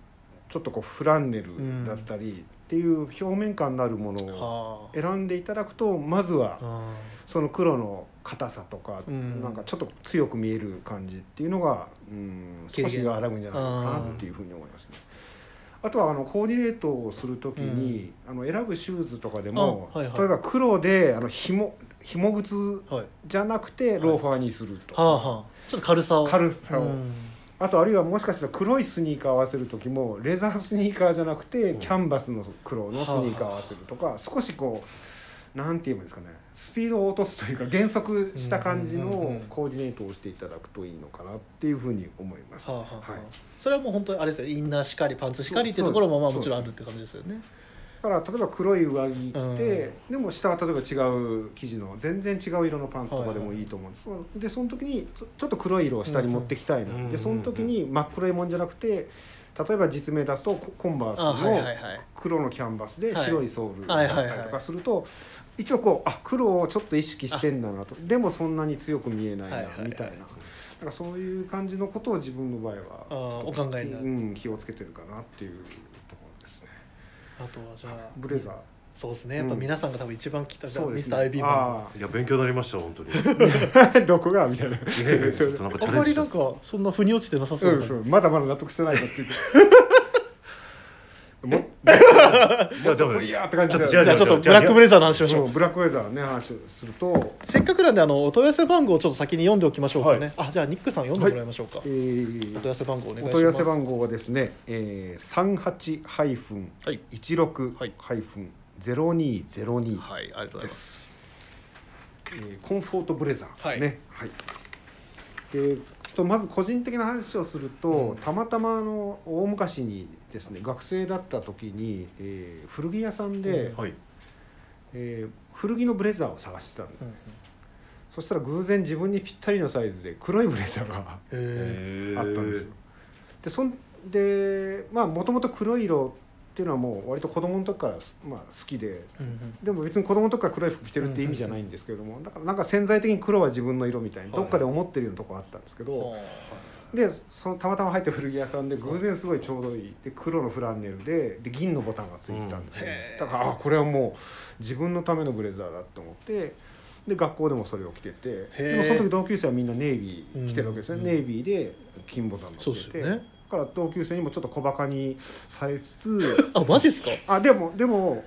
Speaker 2: ちょっとこうフランネルだったりっていう表面感のあるものを
Speaker 1: は
Speaker 2: 選んでいただくとまずは
Speaker 1: ああ
Speaker 2: その黒の硬さとか、
Speaker 1: うん
Speaker 2: なんかちょっと強く見える感じっていうのが、うん、
Speaker 1: 軽
Speaker 2: 少
Speaker 1: 減
Speaker 2: しがらぐんじゃないかなっていうふうに思いますね。あとはあのコーディネートをするときに、あの選ぶシューズとかでも、
Speaker 1: あはいはい
Speaker 2: 例えば黒であの紐紐靴
Speaker 1: ーはい
Speaker 2: じゃなくてローファーにすると、
Speaker 1: はあはあちょっと軽さを
Speaker 2: 軽さを、
Speaker 1: うん
Speaker 2: あとあるいはもしかしたら黒いスニーカーを合わせる時もレザースニーカーじゃなくて
Speaker 3: うん
Speaker 2: キャンバスの黒のスニーカーを合わせるとか少しこうなんて言えばいいんですかねスピードを落とすというか減速した感じ
Speaker 1: うんうんうんう
Speaker 2: の
Speaker 1: ん
Speaker 2: コーディネートをしていただくといいのかなっていうふうに思います。
Speaker 1: はあはあはあ
Speaker 2: はい
Speaker 1: それはもう本当にあれですよインナーしかりパンツしかりっていうところもまあもちろんあるって感じですよね。
Speaker 2: だから例えば黒い上着着て、でも下は例えば違う生地の全然違う色のパンツとかでもいいと思うんです、でその時にちょちょっと黒い色を下に持ってきたいな、
Speaker 3: うんうん
Speaker 2: でその時に真っ黒いもんじゃなくて例えば実名出すとココンバ
Speaker 1: あ
Speaker 2: ース
Speaker 1: はい
Speaker 2: の
Speaker 1: はいはい。
Speaker 2: 黒のキャンバスで白いソールだ
Speaker 1: はいはい
Speaker 2: ったりとかすると、一応こうあ黒をちょっと意識してんだなとでもそんなに強く見えないな
Speaker 1: はいはいはい
Speaker 2: みたいな,、なんかそういう感じのことを自分の場合
Speaker 1: あ
Speaker 2: は
Speaker 1: ーお考え
Speaker 2: 気,、
Speaker 1: にな
Speaker 2: う
Speaker 1: る。
Speaker 2: ん、気をつけてるかなっていうところですね
Speaker 1: あとはじゃあ
Speaker 2: ブレザー
Speaker 1: そうですねやっぱ
Speaker 2: うん
Speaker 1: 皆さんが多分一番聞いた、
Speaker 2: そう
Speaker 1: ミ
Speaker 2: で
Speaker 1: ス
Speaker 2: す
Speaker 1: タ
Speaker 2: ね
Speaker 1: ー IB も
Speaker 2: あ
Speaker 3: いや勉強になりました本当にい
Speaker 2: あどこがみたいな
Speaker 3: やいやちょ っとなんかチ
Speaker 1: あ
Speaker 3: ャレ
Speaker 1: ま
Speaker 3: ンジ
Speaker 1: り
Speaker 3: し
Speaker 1: な
Speaker 3: た
Speaker 1: んかそんな腑に落ちてなさそう
Speaker 2: そ
Speaker 1: な、
Speaker 2: うそうまだまだ納得してないなって いうもっ
Speaker 3: いやでも
Speaker 2: いやーって感じで
Speaker 3: ちょっ
Speaker 1: じゃあちょっと
Speaker 3: じ
Speaker 1: ブ
Speaker 3: ゃあ
Speaker 1: ラックブレザーの話しましょう
Speaker 2: そうブラックウェザーね話をすると、
Speaker 1: せっかくなんであのお問い合わせ番号をちょっと先に読んでおきましょうかね、あじゃあニックさん読んでもらいましょうか、
Speaker 2: え
Speaker 1: お問い合
Speaker 2: ー
Speaker 1: わせ番号お願いしま
Speaker 2: お
Speaker 1: す
Speaker 2: 問い合わせ番号はですね、えー、38-16-0202、
Speaker 1: はいはいありがとうございます
Speaker 2: えーコンフォートブレザー、
Speaker 1: はい
Speaker 2: ね、はいえーとまず個人的な話をすると、
Speaker 1: うん
Speaker 2: たまたまあの大昔にですね学生だった時に、えー古着屋さんで、
Speaker 1: うん
Speaker 3: はい
Speaker 2: えー古着のブレザーを探してたんです、
Speaker 1: うんうん
Speaker 2: そしたら偶然自分にぴったりのサイズで黒いブレザーが
Speaker 1: へ
Speaker 2: あったんですよでそんでまあもともと黒い色っていうのはもう割と子供の時から、まあ、好きで
Speaker 1: えうんうん
Speaker 2: でも別に子供の時から黒い服着てるって意味じゃないんですけれども、だからなんか潜在的に黒は自分の色みたいに
Speaker 1: はい
Speaker 2: どっかで思ってるようなとこあったんですけど、
Speaker 1: は
Speaker 2: でそのたまたま入った古着屋さんで偶然すごいちょうどいいで黒のフランネルでで銀のボタンがついてたんですよ、
Speaker 1: うんへー
Speaker 2: だからあこれはもう自分のためのブレザーだと思ってで学校でもそれを着てて
Speaker 1: へー
Speaker 2: でもその時同級生はみんなネイビー着てるわけですよね、
Speaker 1: うん
Speaker 2: ネイビーで金ボタンが
Speaker 1: そうで
Speaker 2: つ
Speaker 1: す
Speaker 2: いてて、
Speaker 1: よね
Speaker 2: だから同級生にもちょっと小バカにされつつ
Speaker 1: あマジっすか
Speaker 2: あでもでも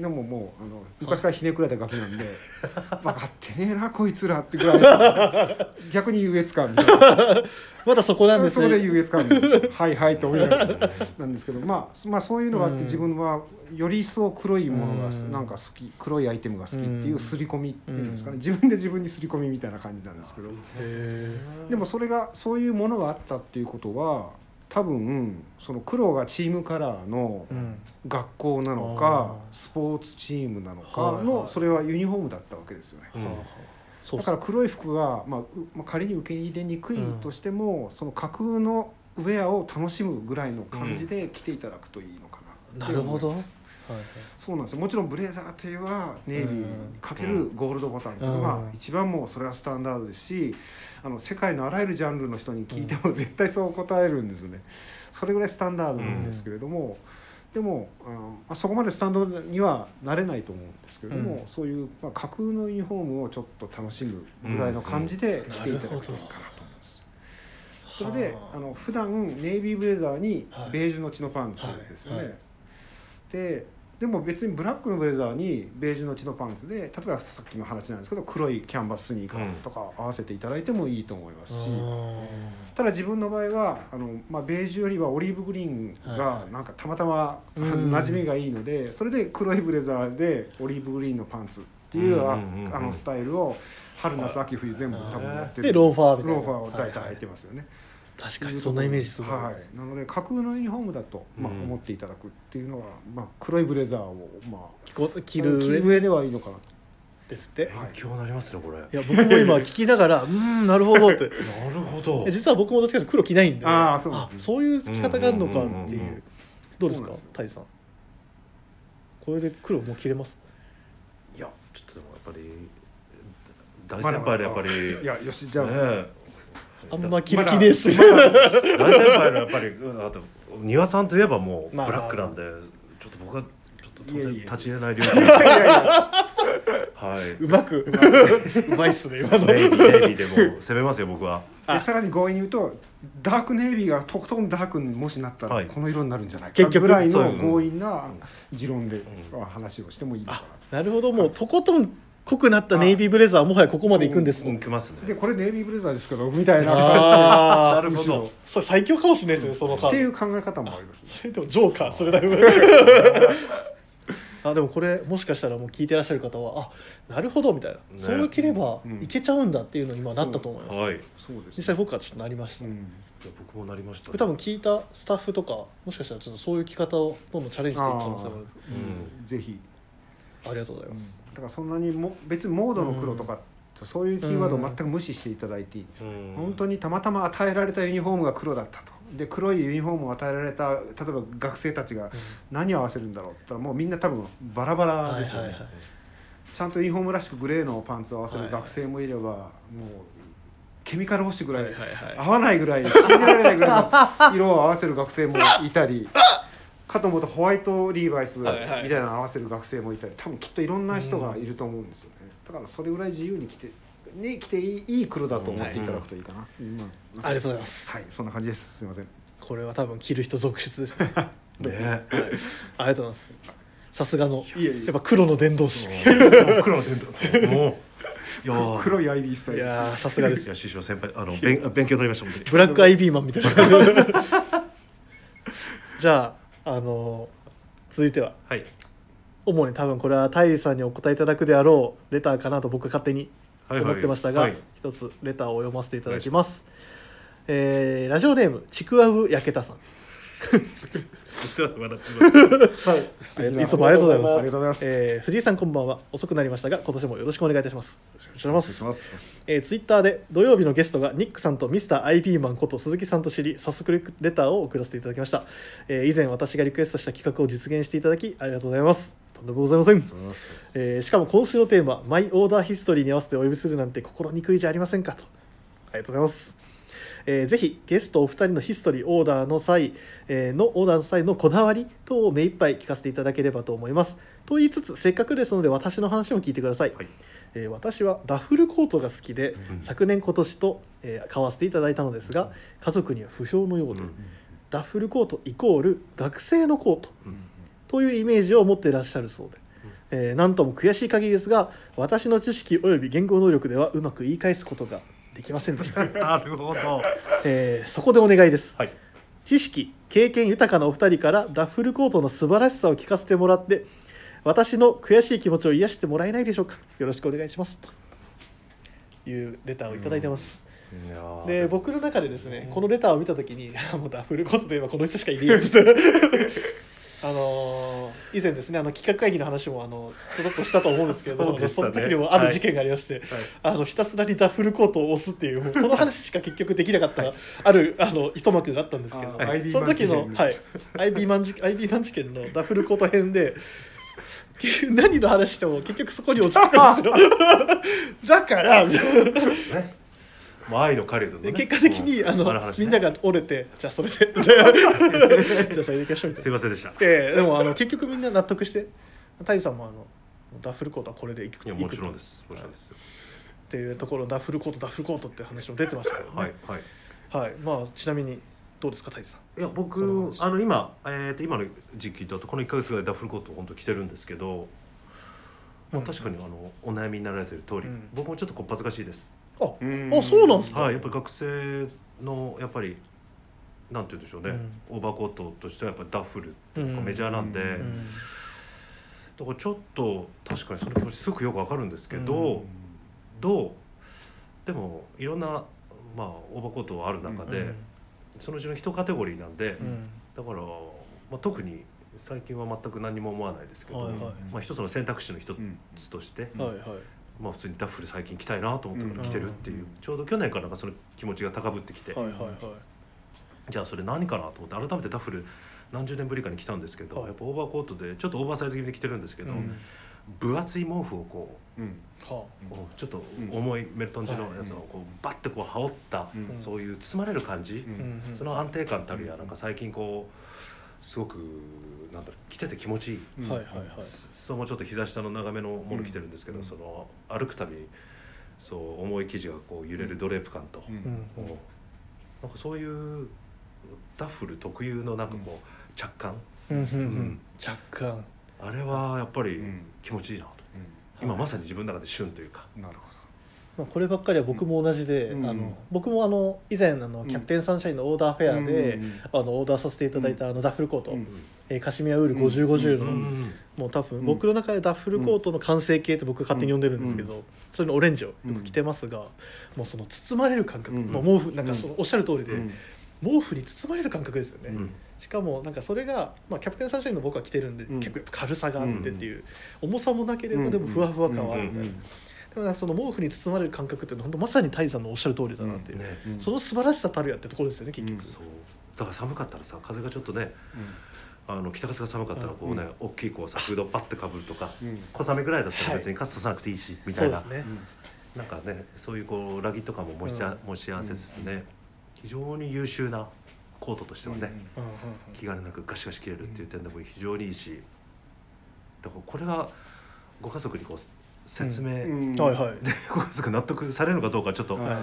Speaker 2: でももうあの昔からひねくれたガキな んで「分かってねえなこいつら」ってぐらい逆に優越感みたいな。
Speaker 1: まだそこなんです
Speaker 2: そこで
Speaker 1: ね
Speaker 2: 優越感はいはいと思いながらなんですけど、まあ、まあそういうのがあっ
Speaker 1: うん
Speaker 2: て自分はより一層黒いものがす
Speaker 1: うん
Speaker 2: なんか好き黒いアイテムが好きっていううん刷り込みっていうんですか
Speaker 1: う
Speaker 2: ね
Speaker 1: ん
Speaker 2: 自分で自分に刷り込みみたいな感じなんですけど
Speaker 1: へ
Speaker 2: でもそれがそういうものがあったっていうことは多分その黒がチームカラーの
Speaker 1: えうん
Speaker 2: 学校なの
Speaker 1: あ
Speaker 2: か
Speaker 1: ー
Speaker 2: スポーツチームなの
Speaker 1: はい
Speaker 2: か
Speaker 1: はい
Speaker 2: のそれはユニフォームだったわけですよね。
Speaker 3: うん
Speaker 1: はあはあそう
Speaker 2: だ
Speaker 1: っす
Speaker 2: から
Speaker 1: ね
Speaker 2: 黒い服が、まあうまあ、仮に受け入れにくいとしても、その架空のウェアを楽しむぐらいの感じで着ていただくといいのかな、
Speaker 1: なるほどはい
Speaker 2: そうなんですよもちろんブレザーといえばネイビーにかけ
Speaker 3: う
Speaker 2: るゴールドボタンというのが
Speaker 1: うん
Speaker 2: 一番もうそれはスタンダードですしあの世界のあらゆるジャンルの人に聞いても絶対そう答えるんですよねそれぐらいスタンダードなんですけれども、でもあのまあそこまでスタンダードにはなれないと思うんですけれども、
Speaker 1: うん
Speaker 2: そういう、まあ、架空のユニフォームをちょっと楽しむぐらいの感じで着ていただくといいかなと思います。それで
Speaker 1: はあ
Speaker 2: あの普段ネイビーブレザーに
Speaker 1: はい
Speaker 2: ベージュの血のパンツですよね、
Speaker 1: はいはい
Speaker 2: ででも別にブラックのブレザーにベージュの血のパンツで例えばさっきの話なんですけど黒いキャンバススニーカーとか合わせていただいてもいいと思いますし、
Speaker 1: う
Speaker 2: ただ自分の場合はあの、まあ、ベージュよりはオリーブグリーン
Speaker 1: はい
Speaker 2: が
Speaker 1: はい
Speaker 2: なんかたまたま、
Speaker 1: うん
Speaker 2: 馴染みがいいのでそれで黒いブレザーでオリーブグリーンのパンツっていう,、あ
Speaker 3: うんうんうんうん
Speaker 2: あのスタイルを春夏秋冬全部多分やって
Speaker 1: んで
Speaker 2: る
Speaker 1: ローファーみたいな
Speaker 2: ローファーを大体
Speaker 1: は
Speaker 2: 履
Speaker 1: い
Speaker 2: いてますよね。
Speaker 1: 確かにそんなイメージすごい
Speaker 2: は
Speaker 1: です
Speaker 2: い、なので架空のユニフォームだと、まあ、
Speaker 3: うん
Speaker 2: 思っていただくっていうのは、まあ、黒いブレザーを、まあ、
Speaker 1: 着こ着る上
Speaker 2: 上ではいいのかな
Speaker 1: ですって
Speaker 3: 勉強になりますねこれ
Speaker 1: いや僕も今聞きながらうーんなるほど って
Speaker 3: なるほど
Speaker 1: え実は僕もどっちかというと黒着ないんで
Speaker 2: あーそうなんですね
Speaker 1: そういう着方があるのかってい
Speaker 3: うんうんうんう
Speaker 1: うんどうですか
Speaker 2: そうなんですよ
Speaker 1: タイさんこれで黒もう着れます
Speaker 3: いやちょっとでもやっぱり大先輩のやっぱり
Speaker 2: いやよしじゃあ、
Speaker 3: ね
Speaker 1: あんま着
Speaker 2: ま
Speaker 1: る
Speaker 2: だ
Speaker 1: 気ねえっすみたい
Speaker 2: ま
Speaker 1: な
Speaker 2: だ
Speaker 3: え大先輩のやっぱりうんあと丹羽さんといえばもうブ
Speaker 1: まあ
Speaker 3: ラックなんでちょっと僕はちょっと
Speaker 2: い
Speaker 3: 到
Speaker 2: やい
Speaker 3: 底
Speaker 2: や
Speaker 3: 立ち入れない領域
Speaker 2: いやいや
Speaker 3: はいう
Speaker 1: まくうまいっすね今の
Speaker 3: ネイビーネイビーでも攻めますよ僕は
Speaker 2: でさらに強引に言うとダークネイビーがとことんダークにもしなった
Speaker 3: はい
Speaker 2: らこの色になるんじゃないか、
Speaker 1: 結局
Speaker 2: ぐらいの
Speaker 3: そう
Speaker 2: 強引な持論で
Speaker 3: う
Speaker 2: 話をしてもいいのかな、
Speaker 1: なるほどもうとことん濃くなったネイビーブレザーはもはやここまでいくんです
Speaker 3: うんきます
Speaker 2: で
Speaker 3: ね
Speaker 2: これネイビーブレザーですけどみたいな
Speaker 1: あ
Speaker 3: な
Speaker 1: あ
Speaker 3: るほ
Speaker 2: むしろ
Speaker 3: ど
Speaker 1: それ最強かもしれないですねそのカ
Speaker 2: ってい
Speaker 1: ード
Speaker 2: う考え方もあります、ね、
Speaker 1: それでもジョーカーそれだいぶ あでもこれもしかしたらもう聞いてらっしゃる方はあなるほどみたいな、そう着れば
Speaker 2: うん
Speaker 1: いけちゃうんだっていうのに今なったと思います、
Speaker 3: はいいや
Speaker 2: そうです
Speaker 1: 実際僕はちょっとなりました、
Speaker 2: うん
Speaker 3: 僕もなりました
Speaker 1: これ多分聞いたスタッフとかもしかしたらちょっとそういう着方をどんどんチャレンジしていく可能性もある
Speaker 3: うん
Speaker 2: ぜひ
Speaker 1: ありがとうございます、
Speaker 2: だからそんなにも別にモードの黒とか、そういうキーワードを全く無視していただいていいんですよ、本当
Speaker 3: に
Speaker 2: にたまたま与えられたユニフォームが黒だったとで黒いユニフォームを与えられた例えば学生たちが何を合わせるんだろうって言ったらもうみんな多分バラバラ
Speaker 1: はい
Speaker 2: ですよ
Speaker 1: は
Speaker 2: ね、
Speaker 1: いはい
Speaker 2: ちゃんとユニフォームらしくグレーのパンツを合わせ
Speaker 1: は
Speaker 2: る
Speaker 1: いはい
Speaker 2: 学生もいれば、もうケミカルウォッシュぐらい
Speaker 1: はいはいはい
Speaker 2: 合わないぐらい信じられないぐらいの色を合わせる学生もいたりかと思うとホワイトリーバイスみ
Speaker 1: はい
Speaker 2: た
Speaker 1: はい
Speaker 2: いなの合わせる学生もいたり多分きっといろんな人がいると思うんですよね、だからそれぐらい自由に着てに着ていいいい黒だと思っていただくといいかな、今
Speaker 1: ありがとうございます、
Speaker 2: はいそんな感じですすいません
Speaker 1: これは多分着る人続出です ね、はい、
Speaker 3: ね
Speaker 1: ありがとうございますさすがの
Speaker 2: いえいえ
Speaker 1: やっぱ黒の伝道師い
Speaker 3: 黒の伝統もういやー
Speaker 2: 黒いアイビースタイル
Speaker 1: やーさすがです
Speaker 3: いや師匠先輩あの勉勉強になりました本当に
Speaker 1: ブラックアイビーマンみたいな じゃああの続いては
Speaker 3: はい
Speaker 1: 主に多分これはタイさんにお答えいただくであろうレターかなと僕勝手に
Speaker 3: はいはい
Speaker 1: 思ってましたが、
Speaker 3: はい
Speaker 1: 一つレターを読ませていただきますえーラジオネームちくわぶやけたさん
Speaker 3: 実は笑ってしまった
Speaker 1: いつもありがとうございます
Speaker 2: ありがとうございます、
Speaker 1: えー藤井さんこんばんは遅くなりましたが今年もよろしくお願いいたしますよろしくお願いし
Speaker 2: お
Speaker 1: ま
Speaker 2: 願
Speaker 1: す
Speaker 2: いします
Speaker 1: えーツイッターで土曜日のゲストがニックさんとミスター IP マンこと鈴木さんと知り早速レターを送らせていただきました、えー以前私がリクエストした企画を実現していただきありがとうございますとんでもございませんえーしかも今週のテーマ「マイ・オーダー・ヒストリー」に合わせてお呼びするなんて心にくいじゃありませんかとありがとうございます、えーぜひゲストお二人のヒストリーオーダーの際、えーのオーダーの際のこだわり等を目いっぱい聞かせていただければと思いますと言いつつせっかくですので私の話も聞いてください、
Speaker 3: はい
Speaker 1: えー私はダッフルコートが好きで、
Speaker 3: うん
Speaker 1: 昨年今年と、えー買わせていただいたのですが家族には不詳のようで、
Speaker 3: うん
Speaker 1: ダッフルコートイコール学生のコート
Speaker 3: うん
Speaker 1: というイメージを持っていらっしゃるそうで、えーなんとも悔しい限りですが私の知識および言語能力ではうまく言い返すことができませんでした、
Speaker 3: なるほど
Speaker 1: えーそこでお願いです
Speaker 3: はい
Speaker 1: 知識経験豊かなお二人からダッフルコートの素晴らしさを聞かせてもらって私の悔しい気持ちを癒してもらえないでしょうかよろしくお願いしますというレターをいただいてます、
Speaker 3: いやー
Speaker 1: で僕の中でですねこのレターを見た時に あもうダッフルコートといえばこの人しかいねえ よって言ってあのー以前ですねあの企画会議の話もあのちょろっとしたと思うんですけど
Speaker 3: そうでし
Speaker 1: そ
Speaker 3: たね
Speaker 1: の時にもある事件がありまして、
Speaker 3: はい
Speaker 1: あのひたすらにダッフルコートを押すっていうもうその話しか結局できなかった、あるあの一幕があったんですけど
Speaker 2: あー IB
Speaker 1: その時の
Speaker 2: マン事件
Speaker 1: はい IB マン事 IB マン事件のダッフルコート編で結局何の話しても結局そこに落ち着くん ですよだからみたいな
Speaker 3: ねまあ愛の彼とね
Speaker 1: で結果的に
Speaker 3: うん
Speaker 1: あの
Speaker 3: 話ね
Speaker 1: みんなが折れてじゃあそれで じゃあそれでいきましょうみ たい
Speaker 3: す
Speaker 1: な、
Speaker 3: いませんでした
Speaker 1: ええでもあの結局みんな納得してタイさんもあのダッフルコートはこれでいく
Speaker 3: いや
Speaker 1: い
Speaker 3: も
Speaker 1: く
Speaker 3: ちろんですもちろんですよ
Speaker 1: っていうところダッフルコートダッフルコートって話も出てましたけどね
Speaker 3: はいはい
Speaker 1: はいまあちなみにどうですかタイさん
Speaker 3: いや僕
Speaker 1: その話
Speaker 3: あの今、えー、と今の時期だとこの1か月ぐらいダッフルコートを本当着てるんですけど、まあ、
Speaker 1: うん
Speaker 3: 確かにあのお悩みになられてる通り、
Speaker 1: うん
Speaker 3: 僕もちょっとこっぱずかしいです、
Speaker 1: あ
Speaker 2: うん
Speaker 1: あそうなんですか
Speaker 3: はいやっぱり学生のやっぱりなんて言うんでしょうね、オーバーコートとしてはやっぱりダッフルっていうか
Speaker 1: うん
Speaker 3: メジャーなんで、
Speaker 2: う
Speaker 1: うんん
Speaker 3: だからちょっと確かにその気持ちすごくよくわかるんですけど、
Speaker 1: う
Speaker 3: どうでもいろんな、まあ、オーバーコートはある中で、
Speaker 1: うん
Speaker 3: そのうちの一カテゴリーなんで、
Speaker 1: うん
Speaker 3: だから、まあ、特に最近は全く何も思わないですけど、
Speaker 1: はいはい
Speaker 3: まあ、一つの選択肢の一つとして、
Speaker 2: うん
Speaker 1: はいはい
Speaker 3: まあ、普通にダッフル最近着たいなと思ったから着てるっていう、
Speaker 2: うん
Speaker 3: ちょうど去年からなんかその気持ちが高ぶってきて、
Speaker 1: はいはいはい
Speaker 3: じゃあそれ何かなと思って改めてダッフル何十年ぶりかに着たんですけど、
Speaker 1: はい
Speaker 3: やっぱオーバーコートでちょっとオーバーサイズ気味で着てるんですけど、
Speaker 2: うん
Speaker 3: 分厚い毛布をこ
Speaker 2: うん
Speaker 1: は
Speaker 3: う、
Speaker 2: うん
Speaker 3: ちょっと重いメルトン地のやつをこうバッてこう羽織った、
Speaker 2: うん
Speaker 3: そういう包まれる感じ、
Speaker 2: うん
Speaker 1: あうんうん
Speaker 3: その安定感たるや
Speaker 2: うん
Speaker 3: なんか最近こうすごくなんだろう着てて気持ちいい
Speaker 2: うん
Speaker 1: はいはいはい
Speaker 3: そうもうちょっと膝下の長めのもの着てるんですけど、
Speaker 2: うん
Speaker 3: その歩くたびにそう重い生地がこう揺れるドレープ感と、
Speaker 2: うん
Speaker 1: うんうん
Speaker 3: こうなんかそういうダッフル特有のなんかこう、
Speaker 2: うん
Speaker 3: 着感
Speaker 1: うんうんうんん若干
Speaker 3: あれはやっぱ
Speaker 2: う
Speaker 3: り
Speaker 2: ん
Speaker 3: 気持ちいいなと、
Speaker 1: い
Speaker 3: 今まさに自分の中で旬というか、
Speaker 2: なるほ
Speaker 1: まあ、こればっかりは僕も同じで、
Speaker 2: うん
Speaker 1: あ
Speaker 2: うん
Speaker 1: の僕もあの以前あ
Speaker 2: う
Speaker 1: の
Speaker 2: ん
Speaker 1: キャプテンサンシャインのオーダーフェアで、
Speaker 2: うんうんうん
Speaker 1: あのオーダーさせていただいたあのダッフルコート、
Speaker 2: うん
Speaker 1: えーカシミヤウール5050
Speaker 3: う
Speaker 1: の、
Speaker 3: ん
Speaker 1: もう多分
Speaker 2: うん
Speaker 1: 僕の中でダッフルコートの完成形って僕勝手に呼んでるんですけど、それのオレンジをよく着てますが、もうその包まれる感覚、
Speaker 2: うん
Speaker 1: もう毛布なんか
Speaker 2: うん
Speaker 1: そのおっしゃる通りで、
Speaker 2: どうん
Speaker 1: 毛布に包まれる感覚ですよね、
Speaker 3: うん
Speaker 1: しかもなんかそれが、まあ、キャプテンサンシャインの僕は着てるんで、
Speaker 2: うん
Speaker 1: 結構やっぱ軽さがあってっていう、重さもなければでもふわふわ感はあるみたいな、
Speaker 2: うん
Speaker 1: でもなんかその毛布に包まれる感覚っていうのは本当まさにタイさんのおっしゃる通りだなっていう、
Speaker 3: ね
Speaker 2: うん
Speaker 1: その素晴らしさたるやってところですよね結局、
Speaker 3: そうだから寒かったらさ風がちょっとねあの北風が寒かったらこうね、大きいこうさフードをパッてかぶるとか、
Speaker 2: うん
Speaker 3: 小雨ぐらいだった
Speaker 1: は
Speaker 3: ら
Speaker 1: い
Speaker 3: 別に傘さなくていいし、みた
Speaker 1: そう
Speaker 3: い
Speaker 1: で
Speaker 3: な、
Speaker 1: すね、
Speaker 3: なんかねそういうこうラギとかも持ち,、
Speaker 1: うん
Speaker 3: 持ち合わせですね、非常に優秀なコートとしてもね、
Speaker 1: うんうんうん
Speaker 3: 気兼ねなくガシガシ切れるっていう点でも非常にいいしだからこれがご家族にこう説明、
Speaker 2: うん
Speaker 1: はいはい
Speaker 3: でご家族納得されるのかどうかちょっと
Speaker 1: はい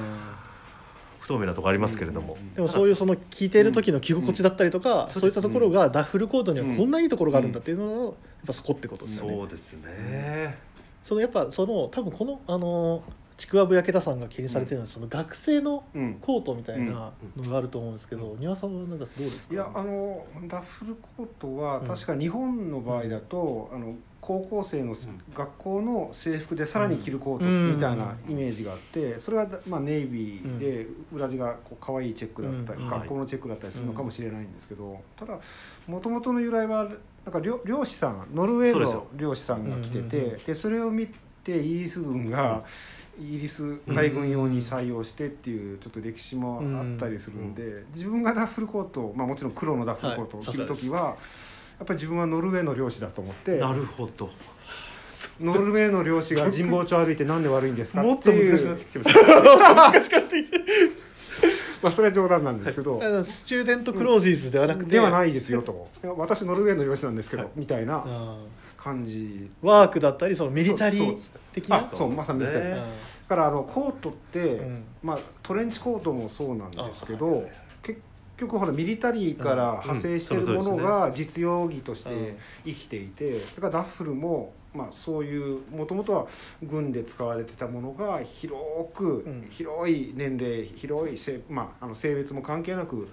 Speaker 3: 不透明なところありますけれども、
Speaker 1: でもそういうその聞いてる時の着心地だったりとか、
Speaker 3: ん
Speaker 1: そういったところがダッフルコートにはこんないいところがあるんだっていうのをやっぱそこってことですよね。
Speaker 3: そうですね、
Speaker 1: そのやっぱその多分このあのちくわぶやけたさんが気にされてるのは、その学生の
Speaker 2: うん
Speaker 1: コートみたいなのがあると思うんですけど、丹羽さんはなんかどうですか？
Speaker 2: いやあのダッフルコートは確か日本の場合だと、あの高校生の
Speaker 3: ん
Speaker 2: 学校の制服でさらに着るコート
Speaker 1: うん
Speaker 2: みたいなイメージがあってそれは、まあ、ネイビーで裏地がこう可愛いチェックだったり、
Speaker 1: うん
Speaker 2: 学校のチェックだったりするのかもしれないんですけど、ただもともとの由来はなんか漁漁師さんノルウェー
Speaker 3: そうですよ
Speaker 2: の漁師さんが着てて
Speaker 1: うんうんうん
Speaker 2: でそれを見てイギリス軍がイギリス海軍用に採用してっていうちょっと歴史もあったりするんで、自分がダッフルコートを、まあ、もちろん黒のダッフルコートを
Speaker 1: はい
Speaker 2: 着る時は、やっぱり自分はノルウェーの漁師だと思って
Speaker 3: なるほど
Speaker 2: ノルウェーの漁師が神保町歩いてなんで悪いんですか
Speaker 3: も
Speaker 2: っ
Speaker 3: ってと
Speaker 2: い
Speaker 3: 難しくな
Speaker 2: う
Speaker 3: ってきてます
Speaker 1: 難しくなってきてる。
Speaker 2: まあそれは冗談なんですけど
Speaker 1: あ。のスチューデントクロージーズではなくて、。
Speaker 2: ではいないですよといや私ノルウェーの漁師なんですけど、みたいな
Speaker 1: ワ
Speaker 2: 感じ
Speaker 1: ークだったりそのミリタリー的
Speaker 2: あ
Speaker 1: な。
Speaker 2: そうまさにみたいな、
Speaker 3: そうですね
Speaker 2: だからあのコートって、
Speaker 1: ん
Speaker 2: まあ、トレンチコートもそうなんですけど、
Speaker 1: あはいはい
Speaker 2: 結局ほらミリタリーから派生してる
Speaker 3: うんうん
Speaker 2: も
Speaker 3: そ
Speaker 2: の
Speaker 3: の通りですね
Speaker 2: が実用着とし
Speaker 1: うん
Speaker 2: て生きていて、だからダッフルも、まあ、そういうもともとは軍で使われてたものが広く、
Speaker 1: うん
Speaker 2: 広い年齢広い性,、まあ、あの性別も関係なく。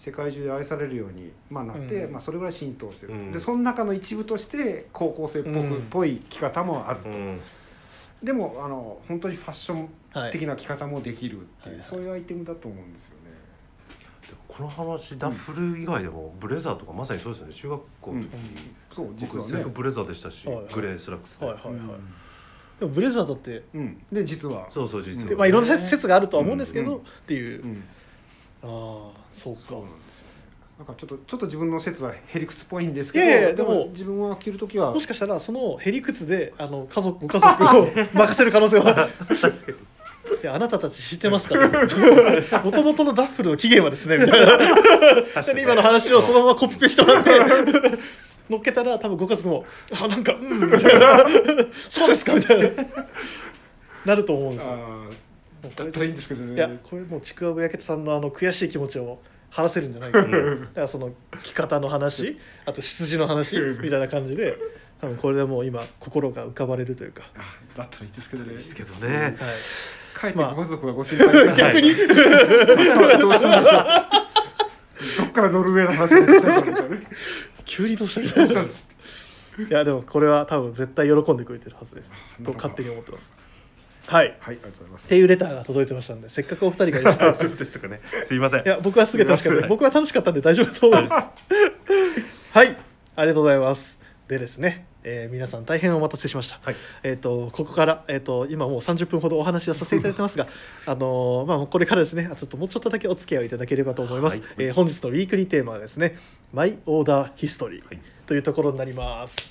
Speaker 2: 世界中で愛されるように、まあ、なって、
Speaker 1: うん
Speaker 2: まあ、それぐらい浸透してる、
Speaker 3: うん
Speaker 2: でその中の一部として高校生っぽく、
Speaker 1: うん
Speaker 2: ぽい着方もある
Speaker 3: う、ん
Speaker 2: でもあの本当にファッション
Speaker 1: はい。
Speaker 2: 的な着方もできるっていう、
Speaker 1: はい
Speaker 2: そういうアイテムだと思うんですよね。
Speaker 3: でもこの話ダッフル以外でもブレザーとかまさにそうですよね中学校の時、
Speaker 2: そう実
Speaker 3: 僕
Speaker 2: は
Speaker 3: 全部
Speaker 2: ね。
Speaker 3: ブレザーでしたし、
Speaker 1: はいはい
Speaker 3: グレースラックスで、
Speaker 1: はいはいはい。でもブレザーだって、
Speaker 2: うん、で実は。
Speaker 3: そうそう実は、
Speaker 1: でまあいろんな説があるとは思うんですけ
Speaker 2: うん
Speaker 1: ど、
Speaker 2: うん
Speaker 1: っていう。
Speaker 2: うん、
Speaker 1: ああそうか
Speaker 2: そうなんですよ。なんかちょっとちょっと自分の説はへりくつっぽいんですけど、
Speaker 1: いやいや
Speaker 2: で
Speaker 1: で
Speaker 2: も
Speaker 1: も
Speaker 2: 自分は着るときは
Speaker 1: もしかしたらそのへりくつであの家族ご家族を任せる可能性は
Speaker 3: 確かに
Speaker 1: いやあなたたち知ってますからもともとのダッフルの起源はですねみたいな
Speaker 3: 確かに
Speaker 1: で今の話をそのままコピペしてもらって 乗っけたら多分ご家族も「あなんかうん」みたいな「そうですか」みたいななると思うんですよ。
Speaker 2: あーだったらいいんですけどね。
Speaker 1: いやこれもうちくわぶやけたさんのあの悔しい気持ちを晴らせるんじゃないかな
Speaker 3: うん
Speaker 1: だからその着方の話あと羊の話
Speaker 2: うん
Speaker 1: みたいな感じで多分これでもう今心が浮かばれるというか、
Speaker 2: あだったらいいですけどね。
Speaker 3: ですけどね
Speaker 1: は
Speaker 2: 帰ってご
Speaker 1: まあ
Speaker 2: 家族がご心配くだ
Speaker 1: い、
Speaker 2: さ い。
Speaker 1: 逆に、
Speaker 2: どうするんでしょう。どっからノルウェーの話が来たんだろうね
Speaker 1: 急にどうしたみ
Speaker 2: ど
Speaker 1: た
Speaker 2: うした
Speaker 1: い
Speaker 2: ん
Speaker 1: な
Speaker 2: です
Speaker 1: いやでもこれは多分絶対喜んでくれてるはずですと勝手に思ってますはい
Speaker 2: はい、ありがとうございま
Speaker 1: っ
Speaker 2: す。
Speaker 1: ていうレターが届いてましたんでせっかくお二人がいらしたい
Speaker 3: 大丈夫でしたかねすいません
Speaker 1: や僕はすげえ楽しかったです僕は楽しかったんで大丈夫だと思いますはいありがとうございますでですね、えー皆さん大変お待たせしました
Speaker 3: はい
Speaker 1: えー、とここから、えー、と今もう30分ほどお話をさせていただいて ますが、あのーまあ、もうこれからですねあちょっともうちょっとだけお付き合いをいただければと思います、
Speaker 3: はい
Speaker 1: えー本日のウィークリーテーマはですね「マイ・オーダー・ヒストリー
Speaker 3: はい」
Speaker 1: というところになります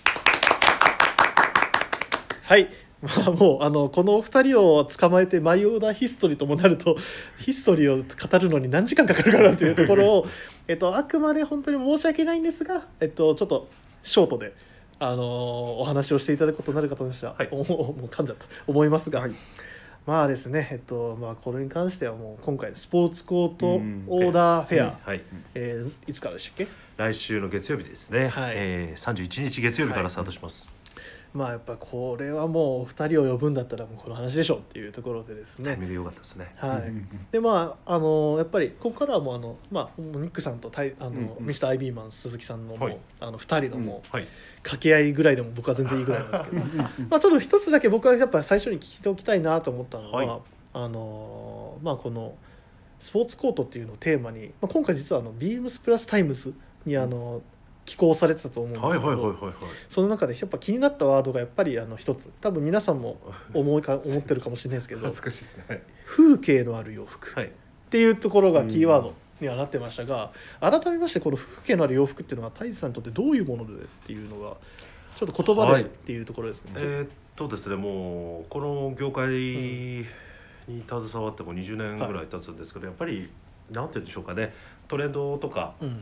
Speaker 1: はい、まあ、もうあのこのお二人を捕まえて「マイ・オーダー・ヒストリー」ともなると ヒストリーを語るのに何時間かかるかなというところを、えっと、あくまで本当に申し訳ないんですが、えっと、ちょっとショートで。あのーお話をしていただくことになるかと思いました、
Speaker 3: はい
Speaker 1: おもう噛んじゃった思いますが、
Speaker 2: はい
Speaker 1: まあですねえっとまあこれに関してはもう今回のスポーツコート
Speaker 2: うん
Speaker 1: オーダーフェア、
Speaker 3: はい、
Speaker 1: えーいつからでしたっけ
Speaker 3: 来週の月曜日ですね、
Speaker 1: はい
Speaker 3: えー、31日月曜日からスタートします、
Speaker 1: まあやっぱこれはもうお二人を呼ぶんだったらもうこの話でしょっていうところでです
Speaker 3: タイミ
Speaker 1: ね
Speaker 3: ング良かったですね
Speaker 1: はい、
Speaker 2: うんうん
Speaker 1: でまああのやっぱりここからはもうあの、まあ、ニックさんとタイあの、
Speaker 2: うんうん
Speaker 1: ミスター・アイビーマン鈴木さんのもう、
Speaker 3: はい
Speaker 1: あの二人のもう
Speaker 3: はい
Speaker 1: 掛け合いぐらいでも僕は全然いいぐらいなんですけど まあちょっと一つだけ僕はやっぱ最初に聞いておきたいなと思ったのは、
Speaker 3: はい
Speaker 1: あのーまあこのスポーツコートっていうのをテーマに、まあ、今回実はあのビームスプラスタイムズにあの寄稿されてたと思うんです
Speaker 3: はいはい
Speaker 1: けど、
Speaker 3: はいはいはい
Speaker 1: その中でやっぱ気になったワードがやっぱりあの一つ多分皆さんも思い か思ってるかもしれないですけど
Speaker 3: かしいですねはい
Speaker 1: 風景のある洋服
Speaker 3: はい
Speaker 1: っていうところがキーワードにはなってましたが、改めましてこの風景のある洋服っていうのは太一さんにとってどういうものでっていうのがちょっと言葉
Speaker 3: は
Speaker 1: で
Speaker 3: い
Speaker 1: っていうところですけど
Speaker 3: え
Speaker 1: ね、
Speaker 3: ーっとですねもうこの業界に携わっても20年ぐらい経つんですけど、やっぱりなんて言うんでしょうかねトレンドとか
Speaker 1: うん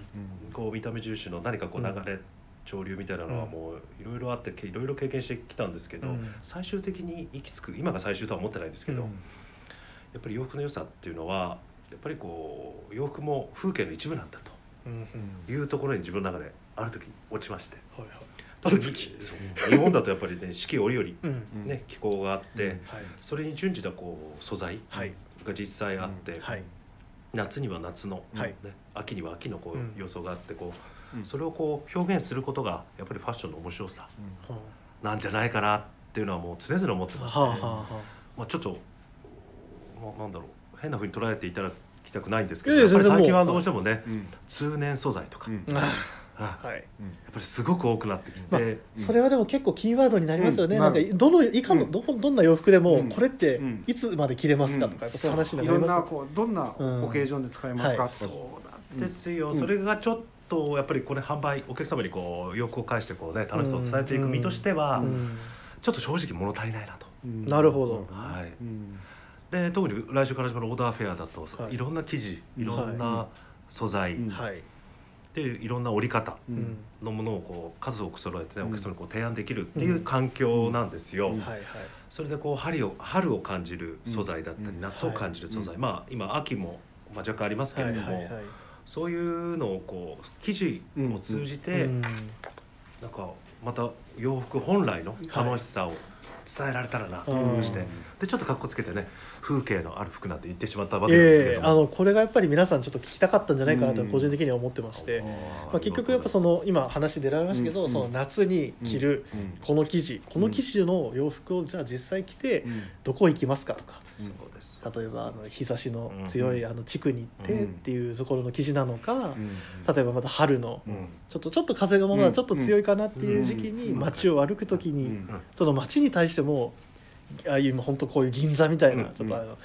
Speaker 3: こう見た目重視の何かこう流れ、潮流みたいなのはもういろいろあってけいろいろ経験してきたんですけど、
Speaker 1: うん
Speaker 3: 最終的に行き着く今が最終とは思ってないんですけど、やっぱり洋服の良さっていうのはやっぱりこう洋服も風景の一部なんだ
Speaker 1: うんうん
Speaker 3: というところに自分の中である時落ちまして
Speaker 1: はいはいある時
Speaker 3: そう日本だとやっぱりね四季折々、
Speaker 1: うん
Speaker 3: ね、気候があって、
Speaker 2: うん
Speaker 1: はい
Speaker 3: それに準じたこう素材
Speaker 1: はい
Speaker 3: が実際あって、
Speaker 1: はい
Speaker 3: 夏には夏の、
Speaker 1: はい
Speaker 3: ね、秋には秋のこ
Speaker 1: うん
Speaker 3: う様相があってこう、
Speaker 2: うん
Speaker 3: それをこう表現することがやっぱりファッションの面白さ
Speaker 1: は
Speaker 3: なんじゃないかなっていうのはもう常々思って
Speaker 1: あ
Speaker 3: ます、
Speaker 1: はあはあは
Speaker 3: まあ、ちょっと、まあ、なんだろう変なふうに捉えていただきたくないんですけ
Speaker 1: い
Speaker 3: ど
Speaker 1: やいや
Speaker 3: やっぱり最
Speaker 1: 全然も
Speaker 3: 近
Speaker 1: う
Speaker 3: はどうしてもね
Speaker 2: うん
Speaker 3: 通年素材とか、
Speaker 2: うん
Speaker 1: あ
Speaker 3: あ
Speaker 1: あはい
Speaker 3: やっぱりすごく多くなってきて、
Speaker 2: うん
Speaker 1: それはでも結構キーワードになりますよね、
Speaker 2: うん
Speaker 1: なんかどのいかの、
Speaker 2: うん
Speaker 1: どこどんな洋服で
Speaker 2: う
Speaker 1: も
Speaker 2: ん
Speaker 1: これって
Speaker 2: うん
Speaker 1: いつまで着れますかとか、
Speaker 2: うん
Speaker 1: やっぱそういう話に
Speaker 2: い
Speaker 1: な
Speaker 2: ろ
Speaker 1: り
Speaker 2: んな
Speaker 1: ま
Speaker 2: こうどんな
Speaker 1: うん
Speaker 2: オケージョンで使えます
Speaker 1: は
Speaker 2: か
Speaker 1: い
Speaker 2: と
Speaker 3: そう
Speaker 2: か
Speaker 3: なんですよ、
Speaker 2: うん
Speaker 3: それがちょっとやっぱりこれ販売お客様にこう洋服を返してこうね楽しさを伝えていく身としては、
Speaker 1: す、
Speaker 2: う
Speaker 1: うん
Speaker 3: ちょっと正直物足りないなと。
Speaker 2: うん
Speaker 1: なるほど
Speaker 3: はい
Speaker 2: うん
Speaker 3: で特に来週から始まるオーダーフェアだと、
Speaker 1: はい
Speaker 3: い、ろんな生地
Speaker 2: うん
Speaker 3: いろんな
Speaker 2: は
Speaker 3: 素材、
Speaker 2: うん
Speaker 1: はい、
Speaker 3: でいろんな折り方
Speaker 2: う
Speaker 1: うんん
Speaker 3: のものをこう数多く揃えて、ね
Speaker 2: うん
Speaker 3: お客様にこう提案できるっていう環境なんですよ。
Speaker 2: うん
Speaker 1: はいはい
Speaker 3: それでこう春を春を感じる素材だったり、
Speaker 2: うん
Speaker 3: 夏を感じる素材、
Speaker 2: はい
Speaker 3: まあ今秋も、まあ、若干ありますけ
Speaker 1: は
Speaker 3: れ
Speaker 1: い
Speaker 3: ども、
Speaker 1: はいはい
Speaker 3: そういうのをこう生地を通じて、
Speaker 1: うん
Speaker 3: なんかまた洋服本来の楽しさを伝えられたらなと
Speaker 1: うん
Speaker 3: して、でちょっとかっこつけてね風景のある服なんて言ってしまったわけなんですけ
Speaker 1: ええ
Speaker 3: れど
Speaker 1: あ
Speaker 3: も、
Speaker 1: のこれがやっぱり皆さんちょっと聞きたかったんじゃないかなと
Speaker 2: うん
Speaker 1: 個人的には思ってまして、まあ、結局やっぱそ
Speaker 3: の
Speaker 1: の今話出られましたけど、
Speaker 2: うん
Speaker 1: その夏に着る
Speaker 2: うん
Speaker 1: この生地この生地の洋服をじゃあ実際着て
Speaker 2: うん
Speaker 1: どこ行きますかとか
Speaker 3: そうですよ
Speaker 1: 例えばあの日差しの強いあの地区に行ってっ
Speaker 2: うん
Speaker 1: ていうところの生地なのか
Speaker 2: うん
Speaker 1: 例えばまた春の
Speaker 3: うん
Speaker 1: ちょっとちょっと風がまだちょっと強いかなっていう時期に
Speaker 2: うん
Speaker 1: 街を歩く時
Speaker 2: う
Speaker 1: に
Speaker 2: ん
Speaker 1: その街に対してもああいう今本当こういう銀座みたいなちょっとあの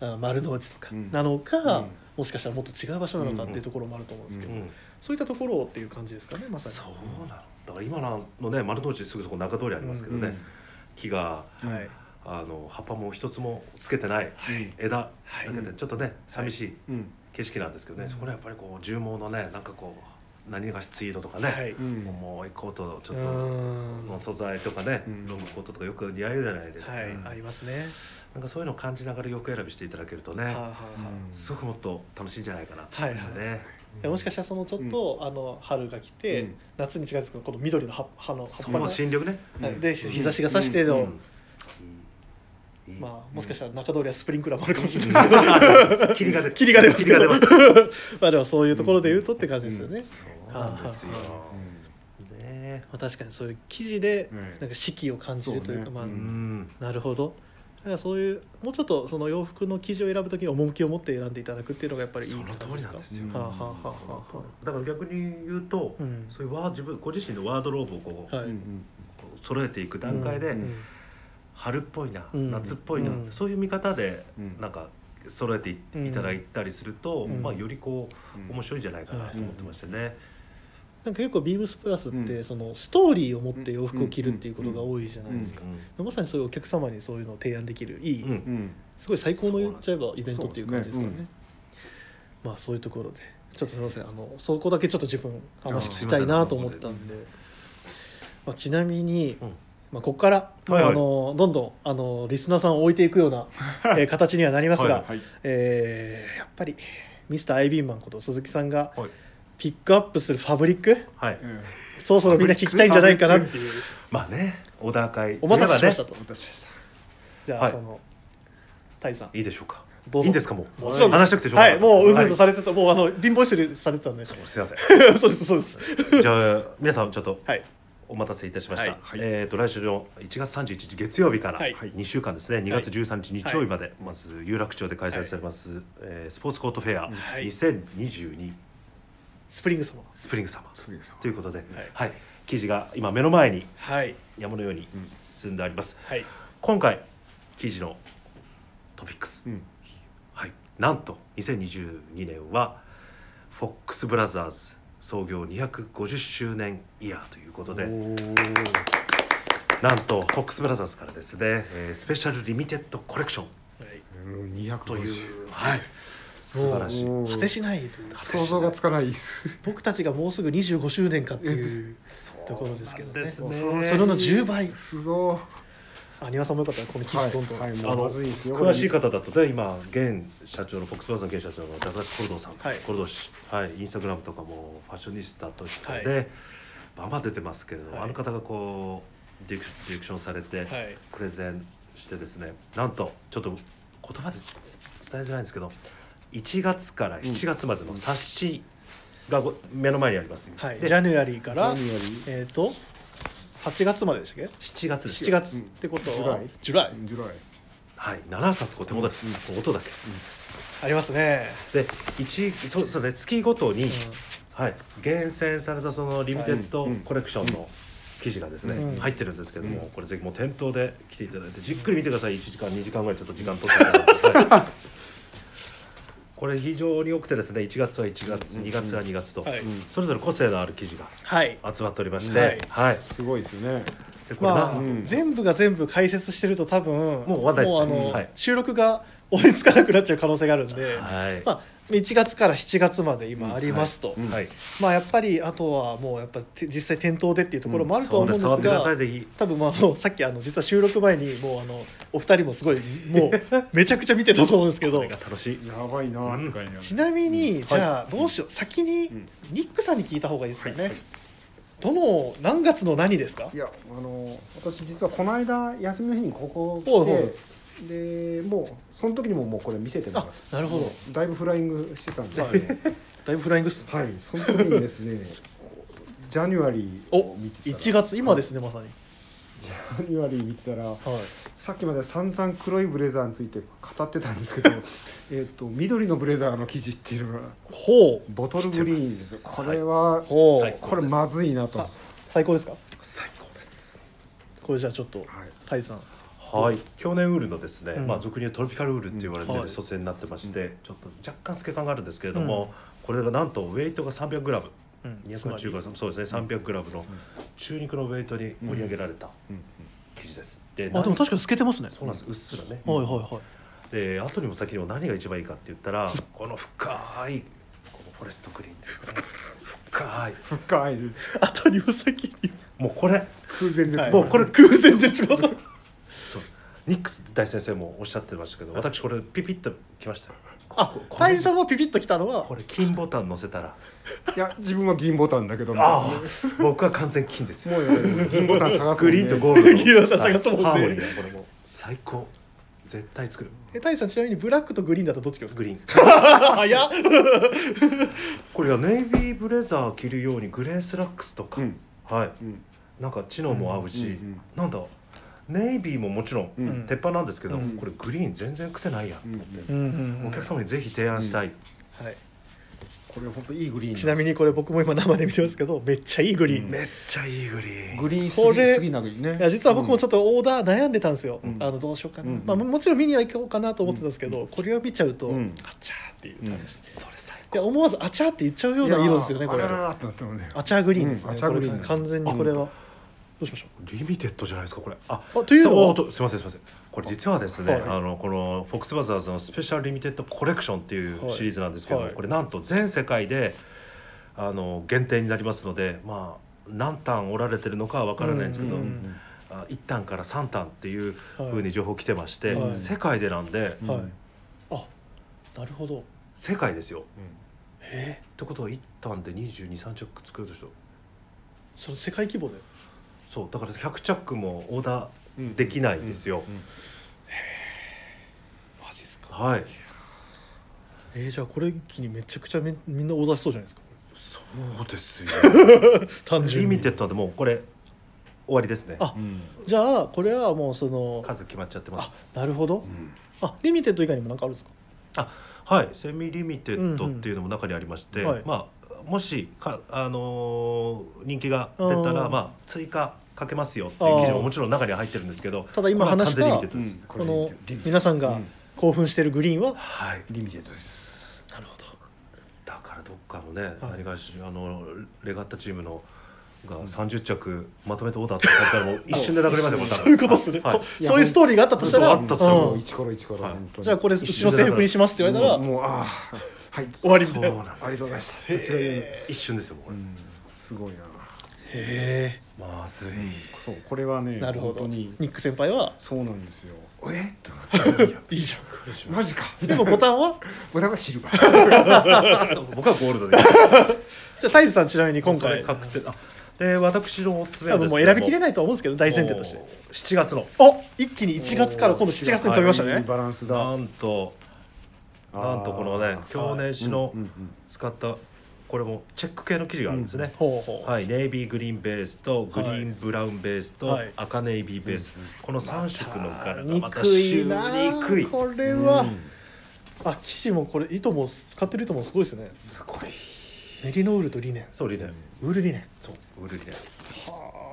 Speaker 2: うん
Speaker 1: あ丸の内とか
Speaker 2: うん
Speaker 1: なの
Speaker 2: う
Speaker 1: か
Speaker 2: ん
Speaker 1: もしかしたらもっと違う場所なのかっていうところもあると思うんですけ
Speaker 3: う
Speaker 1: ど
Speaker 3: ん
Speaker 1: そういったところをっていう感じですかねま
Speaker 3: そ
Speaker 1: さ
Speaker 3: うなのだから今のね丸の内すぐそこ中通りありますけどね、
Speaker 2: うん
Speaker 3: 木が
Speaker 1: に。はい
Speaker 3: あの葉っぱも一つもつけてない枝
Speaker 1: はい
Speaker 3: だけでちょっとね、寂しい
Speaker 2: うん
Speaker 3: 景色なんですけどね、
Speaker 1: うん
Speaker 3: そこらやっぱりこう重毛のねなんかこう何がしツイードとかね、
Speaker 1: はい
Speaker 2: うん
Speaker 3: もうコートちょ
Speaker 1: う
Speaker 3: っと
Speaker 1: ん
Speaker 3: の素材とかね、
Speaker 2: うん
Speaker 3: ロングコートとかよく似合うじゃないですか、
Speaker 1: はいありますね。
Speaker 3: なんかそういうのを感じながらよく選びしていただけるとね、
Speaker 1: はいはいはい
Speaker 3: すごくもっと楽しいんじゃないかなと
Speaker 1: は
Speaker 3: 思
Speaker 1: い
Speaker 3: い
Speaker 1: はい
Speaker 3: ますね。
Speaker 1: でもしかしたらそのちょっと、あの春が来て、
Speaker 2: うん
Speaker 1: 夏に近づくこの緑の葉葉の葉っ
Speaker 3: そ
Speaker 1: ぱの
Speaker 3: の新緑ね、
Speaker 1: はいで日差しが差して
Speaker 2: うん
Speaker 1: の、
Speaker 3: いいいい
Speaker 1: まあもしかしたら中通りはスプリンクラーもあるかもしれないです
Speaker 3: 霧が出
Speaker 1: けど霧が出ますけど
Speaker 3: 霧が
Speaker 1: まあでもそういうところで言うとって感じですよね、
Speaker 3: そうなんですよ。
Speaker 1: は
Speaker 3: ね
Speaker 1: いは
Speaker 3: え
Speaker 1: まあ、確かにそういう記事で
Speaker 2: うん
Speaker 1: なんか四季を感じるというか
Speaker 2: そうね
Speaker 1: まあ、
Speaker 2: うん
Speaker 3: うん
Speaker 1: なるほどだからそういうもうちょっとその洋服の生地を選ぶときに趣を持って選んでいただくっていうのがやっぱりいい
Speaker 3: そ
Speaker 1: っ
Speaker 3: の
Speaker 1: て
Speaker 3: 通
Speaker 1: 感
Speaker 3: り
Speaker 1: じです
Speaker 3: なん
Speaker 1: か
Speaker 3: ですよ。
Speaker 2: うん
Speaker 1: はあ、はあはあはあは
Speaker 3: だから逆に言うと、
Speaker 1: あうん
Speaker 3: そういうワー自分ご自身のワードローブをこう、
Speaker 1: はい
Speaker 2: うん
Speaker 3: 揃えていく段階で、
Speaker 1: うん
Speaker 3: 春っぽいな、
Speaker 1: うん
Speaker 3: 夏っぽいな、
Speaker 1: うん
Speaker 3: そういう見方で、
Speaker 2: うん
Speaker 3: なんか揃えてい
Speaker 1: うん
Speaker 3: いただいたりすると、
Speaker 1: うん
Speaker 3: まあよりこ
Speaker 2: う
Speaker 3: うん面白いんじゃないかなと思ってましたね。
Speaker 1: なんか結構ビームスプラスっ
Speaker 2: う
Speaker 1: て
Speaker 2: ん
Speaker 1: そのストーリーを持って洋服を着るっていうことが多いじゃないですか、
Speaker 3: うん
Speaker 1: まさにそういうお客様にそういうのを提案できるいい、
Speaker 3: うん
Speaker 2: うん
Speaker 1: すごい最高の言っちゃえばイベントっていう感じですかね
Speaker 2: そうですね
Speaker 1: まあそういうところでちょっとすみませんあのそこだけちょっと自分話聞きたいなと思ってたんでまあ、ちなみに、
Speaker 3: うん
Speaker 1: まあ、ここから、まあ
Speaker 3: はいはい
Speaker 1: あのどんどんあのリスナーさんを置いていくような、えー形にはなりますが、
Speaker 3: はい
Speaker 2: はい
Speaker 1: えーやっぱりミスターアイビーマンこと鈴木さんが
Speaker 3: はい
Speaker 1: ピックアップするファブリック
Speaker 3: はい、
Speaker 2: うん
Speaker 1: そろそろみんな聞きたいんじゃないかなっていう
Speaker 3: まあねオーダー会
Speaker 1: お待たせしました
Speaker 3: といえ
Speaker 1: と、
Speaker 2: お待たせしました
Speaker 1: じゃあ、
Speaker 3: はい
Speaker 1: そのタイさん
Speaker 3: ばねいいでしょうか
Speaker 1: どうぞ
Speaker 3: いいんですかもう
Speaker 1: もちろんです
Speaker 3: 話したくてしょうが
Speaker 1: は
Speaker 3: ない
Speaker 1: い、もううずうず
Speaker 3: は
Speaker 1: されてた、もうあの貧乏してされてたんで。
Speaker 3: い
Speaker 1: そ
Speaker 3: すいません
Speaker 1: うです、そうです。
Speaker 3: じゃあ皆さんちょっと
Speaker 1: はい、
Speaker 3: お待たせいたしました、
Speaker 1: はい
Speaker 2: はい
Speaker 3: えー、と来週の1月31日月曜日から
Speaker 1: はい
Speaker 3: 2週間ですね、2月13日日曜日まで、まず有楽町で開催されます、えースポーツコートフェア
Speaker 1: はい
Speaker 3: 2022
Speaker 1: スプリング様。
Speaker 3: スプリングサマー
Speaker 2: そうですよ
Speaker 3: ということで、はい
Speaker 1: い
Speaker 3: 記事が今目の前に
Speaker 1: はい、
Speaker 3: 山のように
Speaker 2: うん
Speaker 3: 積んであります
Speaker 1: はい、
Speaker 3: 今回記事のトピック
Speaker 2: う
Speaker 3: ス、
Speaker 2: ん
Speaker 3: はい、なんと2022年はフォックスブラザーズ創業250周年イヤーということで
Speaker 2: おー
Speaker 3: なんとフォックスブラザーズからですね、えースペシャルリミテッドコレクション
Speaker 1: はい
Speaker 2: 250
Speaker 3: という、はい、素晴らしい
Speaker 2: もう
Speaker 1: 果てしないという
Speaker 2: 想像がつかないです
Speaker 1: 僕たちがもうすぐ25周年かっていうところですけどね
Speaker 3: そうなんです
Speaker 1: そ
Speaker 3: ね
Speaker 1: れの10倍
Speaker 2: すごい
Speaker 1: あ庭さんもよかったらこの記事
Speaker 2: はい
Speaker 1: どんどん、
Speaker 2: はい
Speaker 3: あ
Speaker 2: もう
Speaker 3: の
Speaker 2: まずいですよ
Speaker 3: 詳しい方だとね今現社長のフォックスバーズの現社長のダグラス・コルドーさん、
Speaker 1: はい
Speaker 3: コルドー氏、はい、インスタグラムとかもファッショニスタとして
Speaker 1: はい
Speaker 3: で、バンバン出てますけれども、
Speaker 1: はい
Speaker 3: あの方がこうディレクディレクションされて、
Speaker 1: はい
Speaker 3: プレゼンしてですねなんとちょっと言葉でつ伝えづらいんですけど1月から7月までの冊子がご目の前にあります、
Speaker 1: はい、
Speaker 3: で
Speaker 1: ジャニュアリーか
Speaker 2: 何
Speaker 1: ら
Speaker 2: より
Speaker 1: えっ、と8月まででしたっけ
Speaker 3: 7月です
Speaker 1: 7月ってことは、
Speaker 2: うん
Speaker 1: ジュライ
Speaker 2: ジュライ
Speaker 3: はい7冊こう手元で、音だけ
Speaker 1: ありますね、
Speaker 3: で一そうそうね月ごとに、はい、厳選されたそのリミテッド
Speaker 2: はいうん
Speaker 3: コレクションの記事がですね、
Speaker 1: うん
Speaker 3: 入ってるんですけども、
Speaker 2: うん
Speaker 3: これぜひもう店頭で来ていただいてじっくり見てください1時間2時間ぐらいちょっと時間取ってく ださいはいこれ非常に多くてですね1月は1月
Speaker 2: うん
Speaker 3: 2月は2月と、
Speaker 1: はい、
Speaker 2: うん
Speaker 3: それぞれ個性のある記事が
Speaker 1: はい
Speaker 3: 集まっておりまして、
Speaker 1: は
Speaker 3: はいい
Speaker 2: すごいですね
Speaker 3: でこれな
Speaker 1: まあ、
Speaker 2: うん
Speaker 1: 全部が全部解説してると多分
Speaker 3: もう話題ですね
Speaker 1: あの、
Speaker 3: はい
Speaker 1: 収録が追いつかなくなっちゃう可能性があるんで、
Speaker 3: はい、
Speaker 1: まあ、1月から7月まで今ありますと、
Speaker 2: うん
Speaker 3: はい、
Speaker 1: まあやっぱりあとはもうやっぱて実際店頭でっていうところもあるとは思うんです
Speaker 3: そうね触ってくだ
Speaker 1: が、
Speaker 3: さいぜひ
Speaker 1: 多分まああのさっきあの実は収録前にもうあのお二人もすごいもうめちゃくちゃ見てたと思うんですけ
Speaker 3: こ
Speaker 1: ど
Speaker 3: れが楽しい
Speaker 2: やばいな、
Speaker 3: う
Speaker 2: うんん、
Speaker 1: ちなみに、じゃあ
Speaker 2: はい
Speaker 1: どうしよう先に
Speaker 2: うん
Speaker 1: ニックさんに聞いた方がいいですかね、
Speaker 2: はいはい
Speaker 1: どの何月の何ですか
Speaker 2: いやあの私実はこの間休みの日にここ
Speaker 1: ほうほ
Speaker 2: 来てでもうその時にももうこれ見せてもらっ
Speaker 1: あ
Speaker 2: て
Speaker 1: なるほど、
Speaker 2: もうだいぶフライングしてたんで、
Speaker 1: は
Speaker 2: はいい、
Speaker 1: だいぶフライングっすね
Speaker 2: その時にですね ジャニュアリー
Speaker 1: お
Speaker 2: を見てたら
Speaker 1: 1月今ですねまさに
Speaker 2: ジャニュアリー見てたら
Speaker 1: はい
Speaker 2: さっきまで散々黒いブレザーについて語ってた んですけどえっと緑のブレザーの生地っていうのが
Speaker 1: ほう
Speaker 2: ボトルグリーンです
Speaker 3: 来てます
Speaker 2: これは、
Speaker 1: ほう
Speaker 3: 最高
Speaker 2: これまずいなと、
Speaker 1: あ最高ですか
Speaker 3: 最高です
Speaker 1: これじゃあちょっと
Speaker 2: はい
Speaker 1: タイさん
Speaker 3: はい、去年ウールのですね、
Speaker 1: うん
Speaker 3: まあ俗に言うトロピカルウールって言われて
Speaker 1: は
Speaker 3: る
Speaker 1: い
Speaker 3: 蘇生になってまして、ちょっと若干透け感があるんですけれども、これがなんとウェイトが 300g210g
Speaker 1: うんつまり
Speaker 3: そうですね 300g の中肉のウェイトに盛り上げられた
Speaker 2: うんうん
Speaker 3: 生地です、で
Speaker 1: あでも確かに透けてますね
Speaker 3: そうなんですうっすらね、
Speaker 1: はいはいはい
Speaker 3: で後にも先にも何が一番いいかって言ったらこの深いこのフォレストグリーンですね深い
Speaker 2: 深い
Speaker 1: 後にも先に
Speaker 3: もうこれ
Speaker 2: 空前です、
Speaker 1: も、はい、
Speaker 3: も
Speaker 1: も
Speaker 3: う
Speaker 1: う
Speaker 3: こ
Speaker 1: こ
Speaker 3: れ
Speaker 1: れ偶然絶後
Speaker 3: そうニックス大先生もおっしゃってましたけど私これピピッときましたよ
Speaker 1: あ
Speaker 3: こ
Speaker 1: タイさんもピピッときたのは
Speaker 3: これ金ボタン乗せたら
Speaker 2: いや自分は銀ボタンだけども
Speaker 3: ああ 僕は完全金ですよ
Speaker 2: もうやばい銀ボタン探すもんね
Speaker 3: グリーンとゴー ルド
Speaker 1: 銀ボタン探すもんね
Speaker 3: はいハーモニーがこれもう最高絶対作る
Speaker 1: えタイさんちなみにブラックとグリーンだったらどっちが好き
Speaker 3: グリーン
Speaker 1: 早っ
Speaker 3: これはネイビーブレザー着るようにグレースラックスとか、
Speaker 2: うん
Speaker 3: はい
Speaker 2: うん
Speaker 3: なんか知能も合うし、
Speaker 2: うんうん
Speaker 3: なんだネイビーももちろん
Speaker 2: うん
Speaker 1: うん
Speaker 3: 鉄板なんですけど、
Speaker 1: うん
Speaker 3: これグリーン全然癖ないや、
Speaker 2: うんんうん
Speaker 1: うんうん、う
Speaker 3: お
Speaker 1: ん、
Speaker 3: 客様にぜひ提案したい、
Speaker 1: はい、
Speaker 2: これ本当いいグリーン
Speaker 1: ちなみにこれ僕も今生で見てますけどめっちゃいいグリーン、
Speaker 2: うん
Speaker 1: い
Speaker 3: めっちゃいいグリーン
Speaker 2: グリーンすぎ
Speaker 1: これ
Speaker 2: すぎなくね
Speaker 1: や実は僕もちょっ
Speaker 2: っ
Speaker 1: とオーダー悩んでたんですよ、
Speaker 2: うん
Speaker 1: あのどうしようかな、
Speaker 2: うん
Speaker 1: まあ、もちろん見には行こうかなと思ってたんですけど、これを見ちゃうと、
Speaker 2: うん
Speaker 1: あちゃーっていう感じ、い
Speaker 3: それ最
Speaker 1: や思わずあちゃーって言っちゃうような色ですよねこれ
Speaker 2: あらららってなったもんね
Speaker 1: アチャーグリーンですね、
Speaker 2: うんアチャーグリーン
Speaker 1: これ完全にこれはどうしましょ
Speaker 3: リミテッドじゃないですかこれあ
Speaker 1: うあというの
Speaker 3: そう
Speaker 1: は
Speaker 3: おとすみませんすみませんこれ実はですね、
Speaker 1: はい
Speaker 3: あのこのフォックスバザーズのスペシャルリミテッドコレクションってい
Speaker 1: は
Speaker 3: う
Speaker 1: い
Speaker 3: シリーズなんですけども、
Speaker 1: はい
Speaker 3: これなんと全世界であの限定になりますのでまあ何単折られてるのかは分からないんですけど、
Speaker 1: うんうんうん
Speaker 3: あ1単から3単っていう
Speaker 1: はい
Speaker 3: ふうに情報来てまして、
Speaker 1: はい
Speaker 3: 世界でなんで、
Speaker 2: うん
Speaker 1: はいあなるほど
Speaker 3: 世界ですよ。
Speaker 1: へえ
Speaker 3: ってことは1単で223着作るでしょ
Speaker 1: その世界規模で
Speaker 3: そうだから100着もオーダ
Speaker 2: うん
Speaker 3: ーできないんですよ。
Speaker 2: うんうん
Speaker 1: マジっすか
Speaker 3: はい
Speaker 1: えー、じゃあこれ一気にめちゃくちゃみみんなオーダーしそうじゃないですか
Speaker 3: そうですよ
Speaker 1: 単
Speaker 3: リ
Speaker 1: 純に
Speaker 3: ミテッドでもうこれ終わりですね
Speaker 1: あじゃあこれはもうその
Speaker 3: 数決まっちゃってます
Speaker 1: あなるほど、
Speaker 2: うん
Speaker 1: あリミテッド以外にも何かあるんですか
Speaker 3: はいセミリミテッドっていうのも中にありまして、
Speaker 1: うんうんはい
Speaker 3: まあもしかあのー人気が出た
Speaker 1: あー
Speaker 3: らまあ追加かけますよっていう記事ももちろん中には入ってるんですけど
Speaker 1: ただ今話した
Speaker 3: これは完全リミテッドです、
Speaker 1: この
Speaker 2: リミ
Speaker 1: 皆さんが
Speaker 2: うん
Speaker 1: 興奮してるグリーンは
Speaker 3: はい
Speaker 2: リミテッドです
Speaker 1: なるほど
Speaker 3: だからどっかのね、何がしあのレガッタチームのが30着まとめてオーダーとされたらも う一瞬でなくなりますよもう多分
Speaker 1: そういうことですね、
Speaker 3: はい
Speaker 1: そそういうストーリーがあったとしたら
Speaker 3: あったとしたら
Speaker 1: うん
Speaker 2: 一から一から
Speaker 3: はい
Speaker 2: 本当に
Speaker 1: じゃあこれうちの制服にしますって言われたら
Speaker 2: もうもうああはい
Speaker 1: 終わりみ
Speaker 3: そ
Speaker 1: た
Speaker 3: う
Speaker 1: い
Speaker 3: な
Speaker 1: なん
Speaker 3: です
Speaker 2: ありがとうございました
Speaker 1: へえ
Speaker 3: 一瞬ですよもうこ
Speaker 2: う
Speaker 3: れ、
Speaker 2: んすごいな
Speaker 1: へ
Speaker 3: まずい
Speaker 2: そうこれはね
Speaker 1: えなるほど
Speaker 2: 本当
Speaker 1: ニ
Speaker 2: に
Speaker 1: ック先輩は
Speaker 2: そうなんですよえと
Speaker 1: いいじゃ
Speaker 2: マ ジか
Speaker 1: んでもボタンは
Speaker 2: ボタンはシルバー
Speaker 3: 僕はゴールドで
Speaker 1: じゃあタイズさんちなみに今
Speaker 3: それ
Speaker 1: 回
Speaker 3: 確定あで私のおすすめ
Speaker 1: 多
Speaker 3: はで
Speaker 1: 分
Speaker 3: す
Speaker 1: もう
Speaker 3: けど
Speaker 1: 選びきれないとは思うんですけど大前提として
Speaker 3: もう7月の
Speaker 1: あ一気に1月から今度7月に飛びました
Speaker 2: いい
Speaker 1: ね
Speaker 2: バランスだ
Speaker 3: なんとなんとこのね去年
Speaker 2: 市
Speaker 3: 史の使ったこれもチェック系の生地があるんですね、
Speaker 1: ほうほう、
Speaker 3: はい、ネイビーグリーンベースとグリーンブラウンベースと
Speaker 1: はい
Speaker 3: 赤ネイビーベース、
Speaker 2: うんうん
Speaker 3: この3色の柄がまた
Speaker 1: 憎いなあ
Speaker 3: にくい
Speaker 1: これは、あ生地もこれ糸も使ってる糸もすごいですね
Speaker 3: すごい
Speaker 1: メリノウールとリネン
Speaker 3: そうリネン
Speaker 1: ウールリネン
Speaker 3: ウールリネン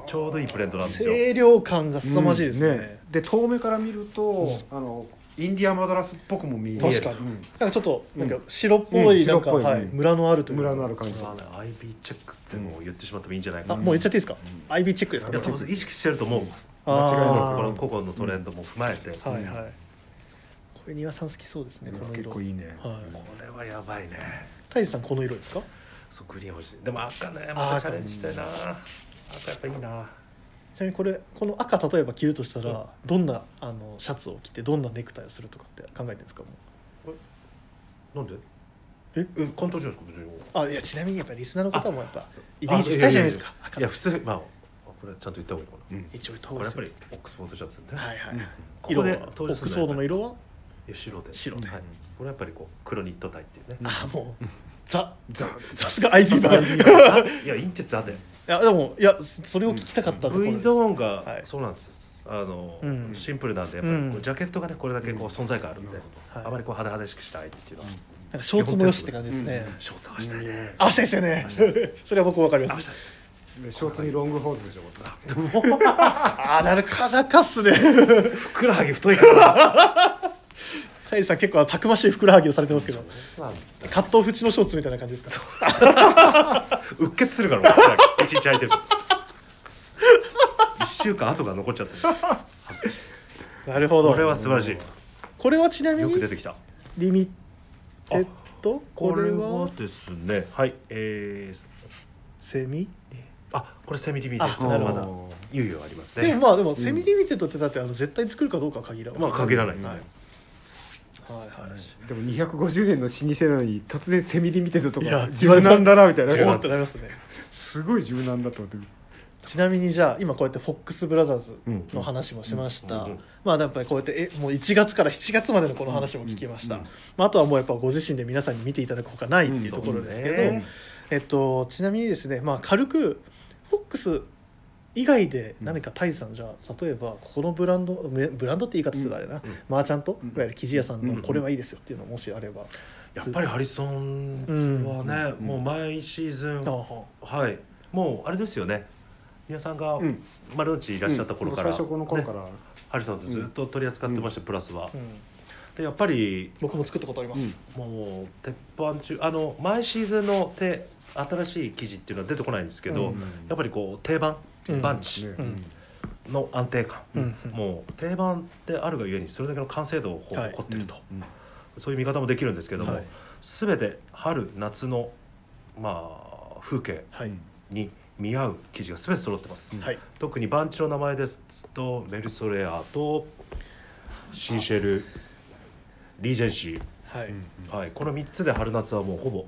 Speaker 3: ちょうどいいブレンドなんですよ
Speaker 1: 清涼感が凄まじいですね,、
Speaker 2: で遠目から見るとあのインディアンマダラスっぽくも見える
Speaker 1: 確かに
Speaker 2: うん
Speaker 1: なんかちょっとなんか白っぽ
Speaker 2: う
Speaker 1: い
Speaker 2: ん
Speaker 1: なんか、
Speaker 2: 白っぽい
Speaker 1: はい、
Speaker 2: うん
Speaker 1: 村のあるという
Speaker 2: 村のある感じ
Speaker 3: まあね IB チェックってもう言ってしまってもいいんじゃないか
Speaker 1: あ
Speaker 3: な、
Speaker 1: もう言っちゃっていいですか、IB チェックですか
Speaker 3: いや
Speaker 1: ね
Speaker 3: もう意識してると思う
Speaker 1: あー
Speaker 3: この個々のトレンドも踏まえて、こ
Speaker 1: はいはいこれ庭さん好きそうですねこの
Speaker 2: 結
Speaker 1: 色
Speaker 2: 構いいね
Speaker 1: はい
Speaker 3: れはやばいね
Speaker 1: 太一さんこの色ですか
Speaker 3: そうグリーン欲しいでも赤ねまたチャレンジしたいな赤やっぱいいな
Speaker 1: ちなみにこれこの赤例えば着るとしたら、どんなあのシャツを着てどんなネクタイをするとかって考えてるんですかもう
Speaker 3: なんで
Speaker 1: え
Speaker 3: え関東じゃないですか別に
Speaker 1: あいやちなみにやっぱりリスナーの方もやっぱイメ
Speaker 3: あ
Speaker 1: ージしたいじゃないですか
Speaker 3: いや普通まあこれはちゃんと言った方がいいのかな、
Speaker 2: うん
Speaker 1: 一応言った方
Speaker 3: こ
Speaker 1: が
Speaker 3: れ
Speaker 1: いいで
Speaker 3: やっ
Speaker 1: す
Speaker 3: ぱ
Speaker 1: よ
Speaker 3: りオックスフォードシャツね、
Speaker 1: はいはい、
Speaker 3: こ
Speaker 1: 色
Speaker 3: こ
Speaker 1: は
Speaker 3: で
Speaker 1: オ
Speaker 3: 統
Speaker 1: ッ
Speaker 3: 一するんだよね
Speaker 1: クスフォードの色は
Speaker 3: え白で
Speaker 1: 白
Speaker 3: はい、これやっぱりこう黒ニットタイっていうね、
Speaker 1: あもうザ
Speaker 2: ザ
Speaker 1: さすが IB 版 い
Speaker 3: いやいいんですあで
Speaker 1: やでもいやそれを聞きたかったところで
Speaker 3: V
Speaker 1: す、
Speaker 3: ゾーンが、
Speaker 1: はい
Speaker 3: そうなんですあの、
Speaker 1: うん
Speaker 3: シンプルなんでやっぱりこう、
Speaker 1: うん
Speaker 3: ジャケットがねこれだけこう存在感あるんで、
Speaker 1: はい
Speaker 3: あまりこう派手派手しくしたいっていうのは、
Speaker 1: なんかショーツもよしって感じですね、
Speaker 2: う
Speaker 3: ショーツ合わせたいね、
Speaker 1: 合わせたいですよねそれは僕わかり
Speaker 3: 合
Speaker 1: ま
Speaker 3: わせ
Speaker 1: す
Speaker 3: たい
Speaker 2: ショーツにロングホーズでしょ
Speaker 1: あーなかなかっすね
Speaker 3: ふくらはぎ太いから
Speaker 1: 太一さん結構あのたくましいふくらはぎをされてますけど
Speaker 3: まあ
Speaker 1: カットオフ地のショーツみたいな感じですか
Speaker 3: うっ血するから俺ふくらはぎ一日空いてる 一週間後が残っちゃってる
Speaker 1: なるほど
Speaker 3: これは素晴らしい
Speaker 1: これはちなみ
Speaker 3: よ
Speaker 1: に
Speaker 3: く出てきた
Speaker 1: リミテッドこれは
Speaker 3: ですねはいえ
Speaker 1: セミ
Speaker 3: ー、あこれセミリミテッ
Speaker 1: あ
Speaker 3: ド
Speaker 1: な
Speaker 3: ま
Speaker 1: るほ
Speaker 3: だ
Speaker 2: ど
Speaker 3: 猶予あります
Speaker 1: で
Speaker 3: ね
Speaker 1: もまあでもセミリミテッドってだってあの絶対作るかどうかは限らない、
Speaker 3: まあ限らないですね、
Speaker 1: はいはいはい
Speaker 2: でも250年の老舗なのに突然セミリミテッドと
Speaker 1: いや
Speaker 2: か柔軟だなみた い
Speaker 1: おー
Speaker 2: な
Speaker 1: ってなりますね
Speaker 2: すごい柔軟だと思って
Speaker 1: ちなみにじゃあ今こうやってフォックスブラザーズ
Speaker 2: うん
Speaker 1: の話もしました、
Speaker 3: うんうん
Speaker 1: まあやっぱりこうやってえもう1月から7月までのこの話も聞きました、
Speaker 2: うんうん
Speaker 1: まあ、あとはもうやっぱご自身で皆さんに見ていただくほかないっていうところですけど、
Speaker 3: うんそうね
Speaker 1: えっと、ちなみにですね、まあ、軽くフォックス以外で何かタイさんじゃあ例えばここのブランドめブランドって言い方するとあれな、
Speaker 3: うんうん
Speaker 1: マーチャント、
Speaker 2: うん
Speaker 1: いわゆる生地屋さん
Speaker 2: うん
Speaker 1: の
Speaker 2: うん
Speaker 1: これはいいですよっていうのもしあれば、
Speaker 3: やっぱりハリソンはね、
Speaker 2: うん
Speaker 3: もう毎シーズン、
Speaker 1: あは
Speaker 3: はいもうあれですよね皆さんが
Speaker 2: うん
Speaker 3: 丸の内いらっしゃった頃から、
Speaker 2: 最初この頃か
Speaker 3: ね
Speaker 2: ら
Speaker 3: ハリソンってずっと取り扱ってました、プラスは、
Speaker 1: うん、
Speaker 3: でやっぱり
Speaker 1: 僕も作ったことあります、
Speaker 3: もう鉄板中あの毎シーズンの手新しい記事っていうのは出てこないんですけ
Speaker 1: う
Speaker 3: ど、
Speaker 1: ん
Speaker 3: やっぱりこう定番、
Speaker 1: うん
Speaker 3: バンチ
Speaker 2: ね
Speaker 1: うん
Speaker 3: の安定感、
Speaker 1: うん
Speaker 3: もう定番であるがゆえにそれだけの完成度をこう
Speaker 1: はい
Speaker 3: 誇ってると、
Speaker 2: うん
Speaker 3: そういう見方もできるんですけども、
Speaker 1: はい
Speaker 3: 全て春夏のまあ風景
Speaker 1: はい、
Speaker 3: に見合う記事が全て揃ってます、
Speaker 1: はい
Speaker 3: 特にバンチの名前ですとメルソレアとシンシェルリージェンシ
Speaker 1: はい、
Speaker 2: うん
Speaker 3: ー、はい、この3つで春夏はもうほぼ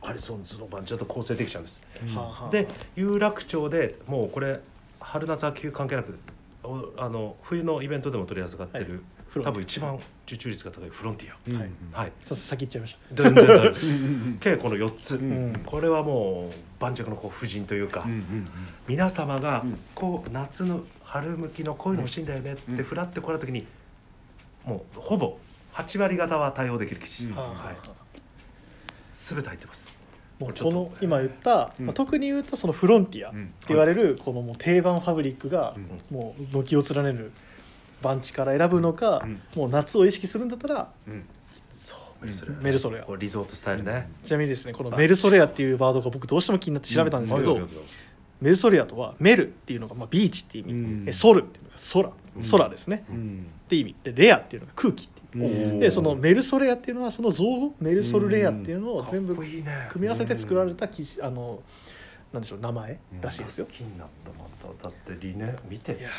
Speaker 3: ハリソンズのバンチだと構成できちゃうんです
Speaker 1: はあはあはあ
Speaker 3: で有楽町でもうこれ春夏秋冬関係なくおあの冬のイベントでも取り扱ってる、
Speaker 1: はい
Speaker 3: 多分一番受注率が高いフロンティ
Speaker 2: うん
Speaker 1: はい
Speaker 3: ア、はい
Speaker 1: そうそう先行っちゃいまし
Speaker 3: 全然大丈夫で
Speaker 2: う
Speaker 3: す
Speaker 2: んうん
Speaker 3: 計この4つ、
Speaker 2: ん
Speaker 3: これはもう盤石のこう婦人というか、
Speaker 2: うんうん
Speaker 3: 皆様が
Speaker 2: うん
Speaker 3: こう夏の春向きのこういうの欲しいんだよねっ
Speaker 2: う
Speaker 3: て
Speaker 2: ん
Speaker 3: ふらってこられた時にもうほぼ8割方は対応できる機種、
Speaker 2: う
Speaker 1: た、
Speaker 2: ん
Speaker 1: はあはあ
Speaker 3: はい、全て入ってます
Speaker 1: もう
Speaker 3: ちょ
Speaker 1: こ
Speaker 3: っと
Speaker 1: の今言った、
Speaker 2: うん
Speaker 1: まあ、特に言うとそのフロンティアっ
Speaker 2: う
Speaker 1: て
Speaker 2: ん
Speaker 1: 言われるこのもう定番ファブリックが
Speaker 2: うん
Speaker 1: もう軒を連ねる番地から選ぶのか、
Speaker 2: うん
Speaker 1: もう夏を意識するんだったら
Speaker 2: うん
Speaker 3: そうメルソレア、
Speaker 1: メルソレア
Speaker 3: これリゾートスタイルね、
Speaker 1: ちなみにですねこのメルソレアっていうワードが僕どうしても気になって調べたんですけど、
Speaker 3: うん
Speaker 1: メルソリアとはメルっていうのがまあビーチっていう意味、
Speaker 2: うん
Speaker 1: えソルっていうのが空
Speaker 3: うん
Speaker 1: 空ですね、
Speaker 2: うん
Speaker 1: って意味でレアっていうのが空気っていう
Speaker 2: うん
Speaker 3: おー
Speaker 1: でそのメルソレアっていうのはその造語メルソルレアっていうのを全部
Speaker 3: かっこいいね
Speaker 1: 組み合わせて作られた記事あのなんでしょう名前らしいですよ
Speaker 3: 好。きになったまただって理念見て
Speaker 1: いや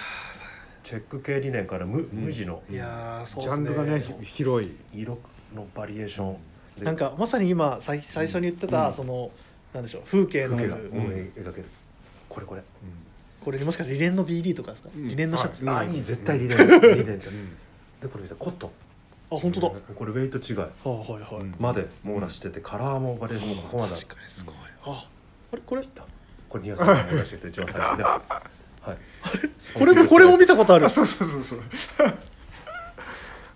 Speaker 3: チェック系理念から無無地の
Speaker 1: ーいやーそう
Speaker 2: ジ
Speaker 1: で
Speaker 2: ャ
Speaker 1: す
Speaker 2: ン
Speaker 1: ね
Speaker 2: ルがねひ広い
Speaker 3: 色のバリエーションで
Speaker 1: なんかまさに今最最初に言ってた、
Speaker 2: うん
Speaker 1: そのなんでしょう風景の
Speaker 3: 風景が、
Speaker 1: うん
Speaker 3: うん描けるこれこれ
Speaker 1: これにもしかしてリレンの BD とかですか、
Speaker 2: うん
Speaker 1: リネンのシャツ、
Speaker 3: あ
Speaker 1: あ
Speaker 3: いい絶対理念理念じゃん
Speaker 2: うん
Speaker 3: でこれ見てコットン
Speaker 1: 本当だ、は
Speaker 3: これウェイト違い
Speaker 1: あ、はいはい、
Speaker 2: うん
Speaker 3: まで網羅してて、カラーもバリエーションもここまである
Speaker 1: 確かにすごい、ああれこれ
Speaker 3: これニアさんが網羅してて一番 最初ではい
Speaker 1: これもこれも見たことある
Speaker 2: あそうそうそうそう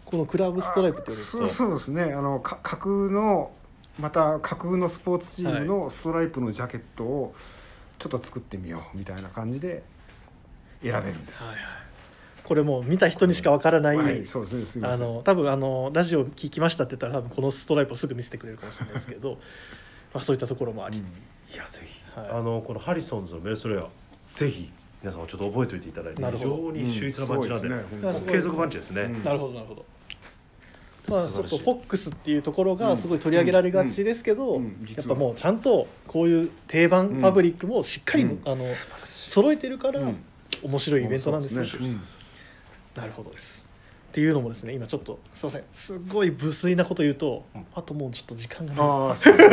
Speaker 1: このクラブストライプって言われて
Speaker 2: そうそうですねあのか架空のまた架空のスポーツチームのストライプのジャケットをちょっと作ってみようみたいな感じで選べるんです。
Speaker 1: はいはい、これもう見た人にしかわからない、
Speaker 2: はい、そうですね。すみま
Speaker 1: あ
Speaker 2: せん。
Speaker 1: の多分あのラジオ聞きましたって言ったら多分このストライプをすぐ見せてくれるかもしれないですけ どまあそういったところもあり、
Speaker 3: いやぜひ、
Speaker 1: はい
Speaker 3: あのこのハリソンズのメルソレアぜひ皆さんもちょっと覚えておいていただいて
Speaker 1: なる
Speaker 3: 非
Speaker 1: ほど
Speaker 3: 常に秀逸なパンチなんで,、
Speaker 2: うんそ
Speaker 1: す
Speaker 2: うです
Speaker 1: ご
Speaker 2: ね
Speaker 1: い
Speaker 3: 継続パンチですね、
Speaker 2: うん
Speaker 1: なるほどなるほど。まあ、ち
Speaker 3: 素晴
Speaker 1: ょっ
Speaker 3: らし
Speaker 1: と
Speaker 3: い
Speaker 1: フォックスっていうところがすごい取り上げられがちですけど、
Speaker 2: うんうんうん
Speaker 1: や
Speaker 2: 実は
Speaker 1: っぱもうちゃんとこういう定番ファブリックもしっかり、
Speaker 2: うん
Speaker 1: あの
Speaker 3: 素晴らしい
Speaker 1: 揃えてるから
Speaker 2: うん
Speaker 1: 面白いイベントなんですよ、
Speaker 2: そうね
Speaker 1: なるほどです。っていうのもですね今ちょっとすいませんすごい無粋なこと言うと、
Speaker 3: うん
Speaker 1: あともうちょっと時間がない
Speaker 2: ああ、そうです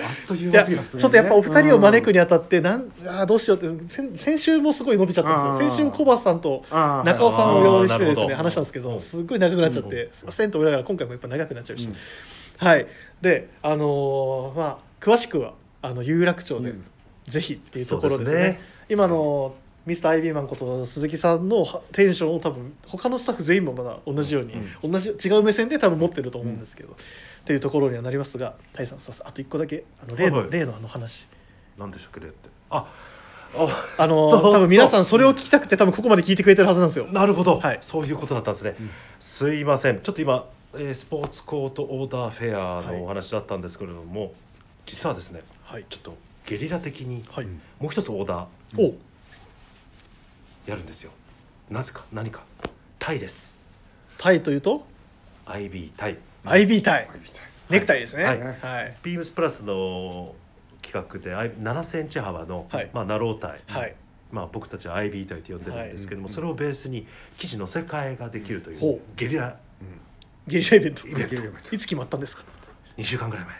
Speaker 2: ねあっという
Speaker 1: いや
Speaker 2: 間
Speaker 1: ち
Speaker 2: すぎ
Speaker 1: ょ
Speaker 2: ま
Speaker 1: っ
Speaker 2: すね
Speaker 1: とやっぱお二人を招くに
Speaker 2: うん
Speaker 1: あたってなんあーどうしようって先先週もすごい伸びちゃったんです
Speaker 2: あ
Speaker 1: よ
Speaker 2: ー
Speaker 1: 先週も小橋さんと
Speaker 2: ああ
Speaker 1: 中尾さんを用意してです
Speaker 3: あーなるほ
Speaker 1: ね
Speaker 3: ど
Speaker 1: 話したんですけどすっごい長くなっちゃって、
Speaker 3: うん
Speaker 1: すいませんと思いながら今回もやっぱ長くなっちゃうし、
Speaker 2: うん
Speaker 1: はいであのーまあ詳しくはあの有楽町で
Speaker 2: うん
Speaker 1: ぜひっていうところですね,、
Speaker 3: そうですね
Speaker 1: 今のミスターアイビーマンこと鈴木さんのはテンションを多分他のスタッフ全員もまだ同じように、同じ違う目線で多分持ってると思うんですけど、っていうところにはなりますがタイさんすいませんあと一個だけあの例の、
Speaker 3: はいはい
Speaker 1: 例のあの話
Speaker 3: なんでしょうけれってああ
Speaker 1: あの
Speaker 3: どう
Speaker 1: 多分皆さんそれを聞きたくて多分ここまで聞いてくれてるはずなんですよ。
Speaker 3: なるほど、
Speaker 1: はい
Speaker 3: そういうことだったんですね、
Speaker 2: うん
Speaker 3: すいませんちょっと今、えースポーツコートオーダーフェアのお話だったんですけれども、実はですね
Speaker 1: はい
Speaker 3: ちょっとゲリラ的に
Speaker 1: はい、
Speaker 3: もう一つオーダー
Speaker 1: お
Speaker 3: やるんですよなぜか何かタイです
Speaker 1: タイというと
Speaker 3: IB タイ
Speaker 1: IB タイ
Speaker 2: はいみたい
Speaker 1: ネクタイですね。は
Speaker 3: はいい
Speaker 1: はい
Speaker 3: ビームスプラスの企画であい7センチ幅の、
Speaker 1: はい
Speaker 3: まあ、ナロータイ、
Speaker 1: はい
Speaker 3: まあ、僕たちは IB タイと呼んでるんですけども、それをベースに生地のせ替えができるという、
Speaker 1: ほう
Speaker 3: ゲリラ
Speaker 1: ゲリライベント
Speaker 3: イベント
Speaker 1: いつ決まったんですか。
Speaker 3: 2週間ぐら い前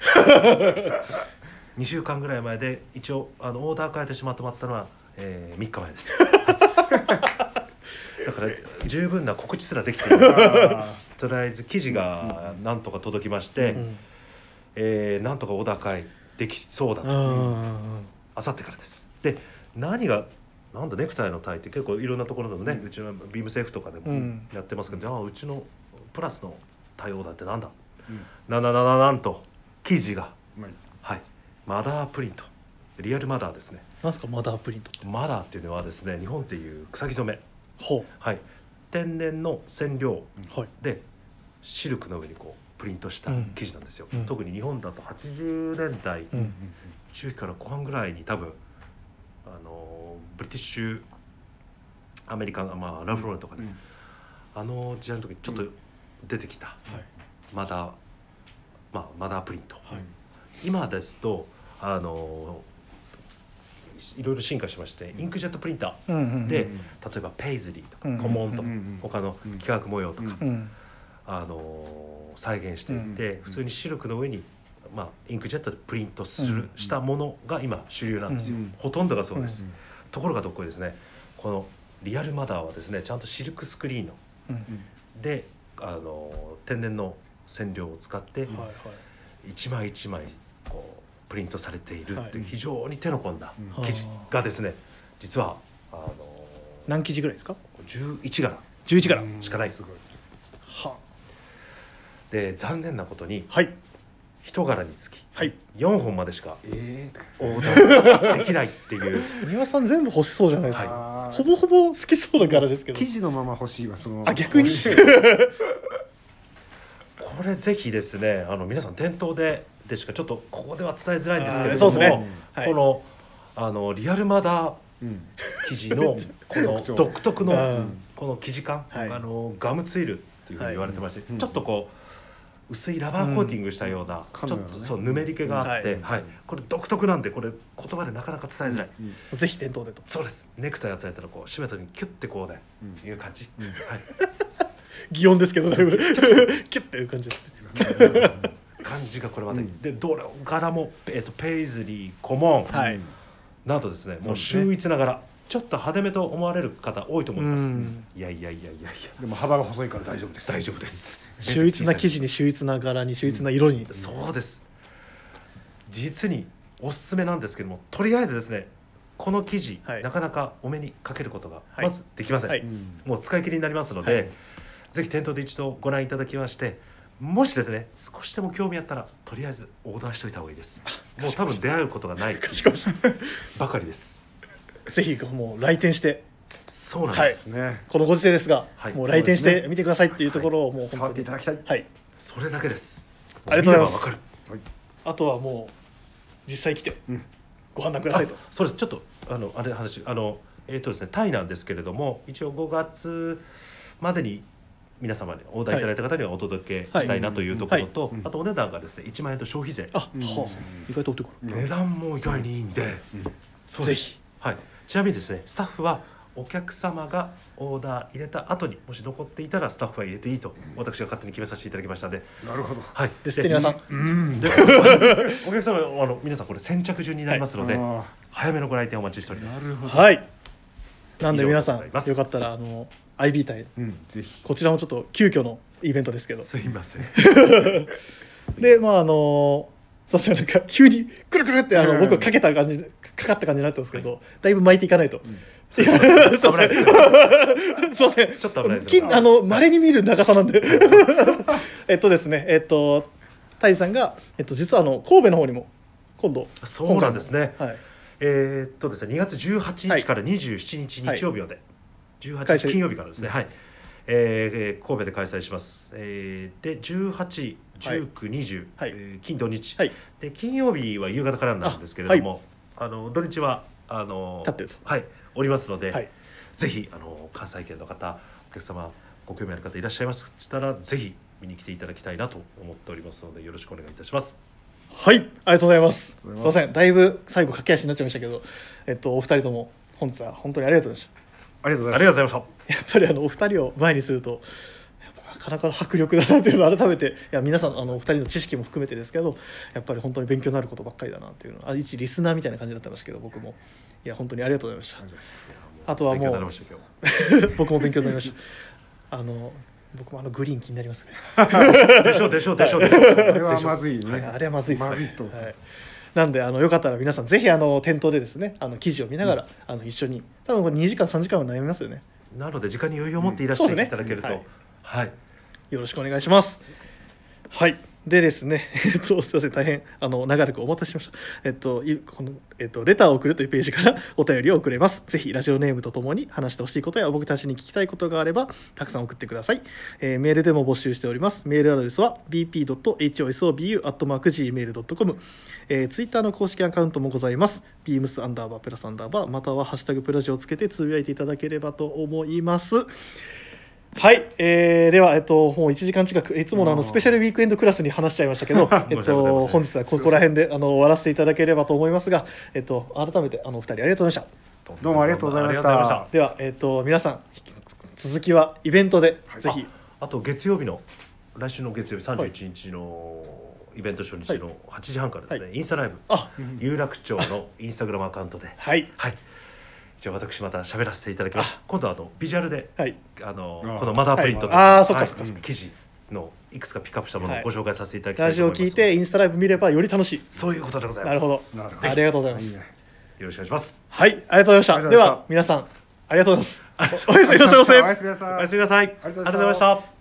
Speaker 3: 2週間ぐらい前で一応あのオーダー変えてしまってまったのは、え3日前 ですだから十分な告知すらできていない
Speaker 2: な。あ
Speaker 3: とりあえず生地がなんとか届きまして、
Speaker 1: うん
Speaker 3: えーなんとかオーダー会できそうだ
Speaker 1: う
Speaker 3: と
Speaker 1: ん
Speaker 3: あさってからですで何がなんだネクタイのタイって結構いろんなところでもね、うちのビームセーフとかで
Speaker 1: う
Speaker 3: も
Speaker 1: ん
Speaker 3: やってますけど、じゃあうちのプラスの対応だってなんだ
Speaker 2: ーうん
Speaker 3: なななななんと生地が
Speaker 2: うまい
Speaker 3: はいマダープリントリアルマダーですね
Speaker 1: なんすかマダープリントって。
Speaker 3: マダーっていうのはですね日本っていう草木染め
Speaker 1: ほ
Speaker 3: はい天然の染料
Speaker 1: うはい。
Speaker 3: でシルクの上にこうプリントした生地なんですよ、
Speaker 1: うんうん
Speaker 3: 特に日本だと80年代
Speaker 1: うん
Speaker 3: 中期から後半ぐらいに多分あのブリティッシュアメリカン、まあ、ラフローレンとかね、あの時代の時にちょっと出てきた、
Speaker 1: はい
Speaker 3: まだまあマダープリント、
Speaker 1: はい
Speaker 3: 今ですとあのいろいろ進化しましてインクジェットプリンター、
Speaker 1: うんうん
Speaker 3: で
Speaker 2: うん
Speaker 3: 例えばペイズリーとか、
Speaker 1: うん
Speaker 3: コモンとか、
Speaker 2: うんうん
Speaker 3: 他の
Speaker 2: うん
Speaker 3: 幾何学模様とか、
Speaker 2: うん
Speaker 1: うん
Speaker 3: あの再現していて、
Speaker 2: うん
Speaker 3: 普通にシルクの上に、まあ、インクジェットでプリントする、
Speaker 1: うん
Speaker 3: したものが今主流なんですよ、
Speaker 2: うん
Speaker 3: ほとんどがそうです、
Speaker 2: うん
Speaker 3: ところがどっこいですねこのリアルマダーはですねちゃんとシルクスクリーンの
Speaker 1: うん
Speaker 3: であの天然の染料を使って
Speaker 1: はいはい
Speaker 3: 一枚一枚こうプリントされているっていう
Speaker 2: はい
Speaker 3: 非常に手の込んだ
Speaker 2: うん
Speaker 3: 生地がですね実はあの
Speaker 1: 何記事ぐらいですか。
Speaker 3: 11柄
Speaker 1: 十一から。
Speaker 3: しかない
Speaker 2: すごい。
Speaker 1: は
Speaker 3: で残念なことに
Speaker 1: はい
Speaker 3: 1柄につき
Speaker 1: はい。
Speaker 3: 4本までしか
Speaker 2: え
Speaker 3: オーダーできないっていう
Speaker 1: 庭さん全部欲しそうじゃないです
Speaker 2: え。
Speaker 1: か。
Speaker 2: あー
Speaker 1: ほぼほぼ好きそうな柄ですけど
Speaker 2: 生。地のまま欲しいわその。
Speaker 1: あ逆に。
Speaker 3: これぜひですねあの皆さん店頭ででしかちょっとここでは伝えづらいんですけれども
Speaker 1: あーそうですねはい
Speaker 3: このあのリアルマダー
Speaker 2: うん
Speaker 3: 生地のこの
Speaker 2: 特徴
Speaker 3: 独特 の、
Speaker 1: うん
Speaker 3: この生地感、
Speaker 1: はい
Speaker 3: あのガムツイルっていうふうに言われてまして、
Speaker 2: い
Speaker 3: ちょっとこう薄いラバーコーティングしたような、
Speaker 2: うん
Speaker 3: ちょっ
Speaker 2: カム
Speaker 3: と、
Speaker 2: のね
Speaker 3: そうぬめり気があって、
Speaker 1: うん
Speaker 3: はいこれ独特なんでこれ言葉でなかなか伝えづらい、
Speaker 2: うん
Speaker 1: ぜひ店頭でと
Speaker 3: そうですネクタイをつえたらこう締めた時にキュッてこうねいう感じ、
Speaker 2: うん
Speaker 3: はい
Speaker 1: 擬音ですけど全部キュッていう感じです
Speaker 3: 感じがこれまで、
Speaker 2: うん
Speaker 3: でどれ柄も、えっとペイズリーコモン、
Speaker 1: はい
Speaker 2: うん
Speaker 3: などですねもう
Speaker 1: そうですね
Speaker 3: 秀逸な柄ちょっと派手めと思われる方多いと思います、
Speaker 1: うん
Speaker 3: いやいやいやいやいや
Speaker 2: でも幅が細いから大丈夫です
Speaker 3: 大丈夫で す
Speaker 1: 秀逸な生
Speaker 3: 地
Speaker 1: 地に秀逸な柄に秀逸な色に、
Speaker 3: そうです実におすすめなんですけどもとりあえずですねこの生地、
Speaker 1: はい
Speaker 3: なかなかお目にかけることが
Speaker 1: はい
Speaker 3: まずできません、
Speaker 1: はい
Speaker 2: うん
Speaker 3: もう使い切りになりますので、
Speaker 1: はい
Speaker 3: ぜひ店頭で一度ご覧いただきましてもしですね少しでも興味あったらとりあえずオーダーしておいた方がいいですもう多分出会うことがない
Speaker 1: かしこまりまし
Speaker 3: ばかりです
Speaker 1: たぜひもう来店して
Speaker 3: そうなんです、
Speaker 2: ね
Speaker 1: このご時世ですが、
Speaker 3: はい
Speaker 1: もう来店し
Speaker 2: そうで
Speaker 1: て
Speaker 2: すね
Speaker 1: 見てくださいっていうところをもう
Speaker 2: 触
Speaker 1: 本
Speaker 2: って
Speaker 1: 当に
Speaker 2: いただきたい
Speaker 1: はい
Speaker 3: それだけです
Speaker 1: ありがとうございます
Speaker 3: 見ればわかる
Speaker 2: はい
Speaker 1: あとはもう実際来て
Speaker 2: うん
Speaker 1: ご判断くださいと
Speaker 3: あそうですちょっとあのあれ話あのえっ、とですねタイなんですけれども一応5月までに皆様にオーダーいただいた方にはお届けしたいなというところと、
Speaker 2: はいはい
Speaker 3: あとお値段がですね1万円と消費税、
Speaker 1: あ、
Speaker 2: うん
Speaker 1: はあ、意外とお手頃
Speaker 3: 値段も意外にいいんで、
Speaker 2: うん
Speaker 3: そう
Speaker 1: ぜ
Speaker 3: です
Speaker 1: ひ
Speaker 3: はい、ちなみにですねスタッフはお客様がオーダー入れた後にもし残っていたらスタッフは入れていいと私が勝手に決めさせていただきましたので、
Speaker 2: なるほど
Speaker 3: はい、
Speaker 1: ですって皆さん
Speaker 2: うん
Speaker 3: でお客様あの皆さんこれ先着順になりますので、
Speaker 2: あ
Speaker 3: 早めのご来店お待ちしております。
Speaker 2: ほ
Speaker 1: はいなんで皆さ
Speaker 3: 以上でござい
Speaker 1: ん
Speaker 3: ます
Speaker 1: よかったらあの IB 隊
Speaker 2: うんぜひ
Speaker 1: こちらもちょっと急遽のイベントですけど
Speaker 3: すいません。
Speaker 1: でまああのそしたらなんか急にくるくるってあ
Speaker 2: う
Speaker 1: の
Speaker 2: ん
Speaker 1: 僕がかけた感じかかった感じになってますけど、だいぶ巻いていかないと、 すいませんすいません
Speaker 3: 危
Speaker 1: すいません
Speaker 3: ちょっと危ないです
Speaker 1: 金あの稀に見る長さなんで えっとですねえっとタイさんが、えっと、実はあの神戸の方にも今度
Speaker 3: そうなんですね。
Speaker 1: はい
Speaker 3: えーっとですね、2月18日から27日
Speaker 1: はい
Speaker 3: 日曜日まで、18
Speaker 1: 開
Speaker 3: 日
Speaker 1: 催
Speaker 3: 金曜日からですね、はい、えーえー神戸で開催します。えーで18、19、20、
Speaker 1: はい
Speaker 3: えー金土日、
Speaker 1: はい
Speaker 3: で金曜日は夕方からなんですけれども、あ,、の土日はあの
Speaker 1: 立ってると
Speaker 3: はいおりますので、
Speaker 1: はい
Speaker 3: ぜひあの関西圏の方お客様ご興味ある方いらっしゃいましたらぜひ見に来ていただきたいなと思っておりますのでよろしくお願いいたします。
Speaker 1: はい、ありがとうございます。す
Speaker 2: あり
Speaker 1: みま
Speaker 2: がとうござ
Speaker 1: せん、だいぶ最後駆け足になっちゃいましたけど、えっとお二人とも本日は本当にありがとうございま
Speaker 2: ありがとう
Speaker 3: あ
Speaker 2: ご
Speaker 3: り
Speaker 2: ざ
Speaker 3: が
Speaker 2: い
Speaker 3: と
Speaker 2: ま
Speaker 3: うご
Speaker 1: した。
Speaker 3: ざいました。
Speaker 1: やっぱりあのお二人を前にすると、やっぱなかなかの迫力だなっていうのを改めて、いや皆さんあのお二人の知識も含めてですけど、やっぱり本当に勉強になることばっかりだなっていうのは、あ一リスナーみたいな感じだったんですけど、僕もいや本当にありがとうございました。あとはもう
Speaker 3: 勉強になりました今 日
Speaker 1: 僕も勉強になりました。あの僕もあのグリーン気になりますね。
Speaker 3: でしょでしょでしょでし
Speaker 2: す
Speaker 3: ょ。
Speaker 2: あれはまずいね
Speaker 1: はいあれはまずいですね。
Speaker 2: まずいと
Speaker 1: はいなんであのよかったら皆さんぜひあの店頭でですねあの記事を見ながら、あの一緒に多分これ2時間3時間は悩みますよね
Speaker 3: なので時間に余裕を持っていらっしゃ
Speaker 1: うん
Speaker 3: っ
Speaker 1: そう
Speaker 3: て
Speaker 1: ですね
Speaker 3: いただけると、
Speaker 1: はい
Speaker 3: はい、
Speaker 1: よろしくお願いしますはいでですね えっとすいません大変あの長らくお待たせしましたえっといこの、えっと、レターを送るというページから お便りを送れますぜひラジオネームとともに話してほしいことや僕たちに聞きたいことがあればたくさん送ってください、えーメールでも募集しておりますメールアドレスは bp.hosobu.gmail.com えー、ツイッターの公式アカウントもございます。beams アンダーバープラスアンダーバーまたはハッシュタグプラジをつけてつぶやいていただければと思います。はい、えー、では、えっと、もう1時間近く、いつものあ
Speaker 2: う
Speaker 1: の
Speaker 2: ん
Speaker 1: スペシャルウィークエンドクラスに話しちゃいましたけ ど、えっ
Speaker 3: 申し訳ございま
Speaker 1: と、
Speaker 3: せん
Speaker 1: 本日はここら辺であの終わらせていただければと思いますが、えっと、改めてあのお二人ありがとうございまし
Speaker 2: どうもありがとうございました
Speaker 3: ありがとうございま
Speaker 1: た。では、えっと、皆さん、続きはイベントで、ぜひ、
Speaker 3: あと月曜日の来週の月曜日31日のイベント初日の8時半からですね、インスタライブ
Speaker 1: あ、
Speaker 3: 有楽町のインスタグラムアカウントで、
Speaker 1: はい、
Speaker 3: はい、じゃあ私また喋らせていただきます。今度はあのビジュアルで、
Speaker 1: はい、
Speaker 3: あの
Speaker 2: ああ
Speaker 3: このマダープリント
Speaker 1: はいああそっ
Speaker 3: は
Speaker 1: か
Speaker 3: い
Speaker 1: そっかそっか
Speaker 3: 記事のいくつかピックアップしたもの
Speaker 1: は
Speaker 3: を
Speaker 1: い
Speaker 3: ご紹介させていただきた
Speaker 1: ラ
Speaker 3: い
Speaker 1: ジ
Speaker 3: と思
Speaker 1: オ
Speaker 3: います。
Speaker 1: 聞いて、インスタライブ見ればより楽しい。
Speaker 3: そういうことでございます。
Speaker 1: なるほど
Speaker 2: なるほど
Speaker 1: ありがとうございます。
Speaker 2: いいね
Speaker 3: よろしくお願いします。
Speaker 1: はい、ありがとうございました。
Speaker 2: ありがとうご
Speaker 1: で
Speaker 2: ざいました
Speaker 1: は、皆さん、ありがとうございます。おやすみなさいませ
Speaker 2: お。やすみな
Speaker 3: お
Speaker 2: さい
Speaker 3: やすみなさい。あり
Speaker 2: あ
Speaker 3: が
Speaker 2: り
Speaker 3: と
Speaker 2: がとう
Speaker 3: う
Speaker 2: ございました
Speaker 3: ございました。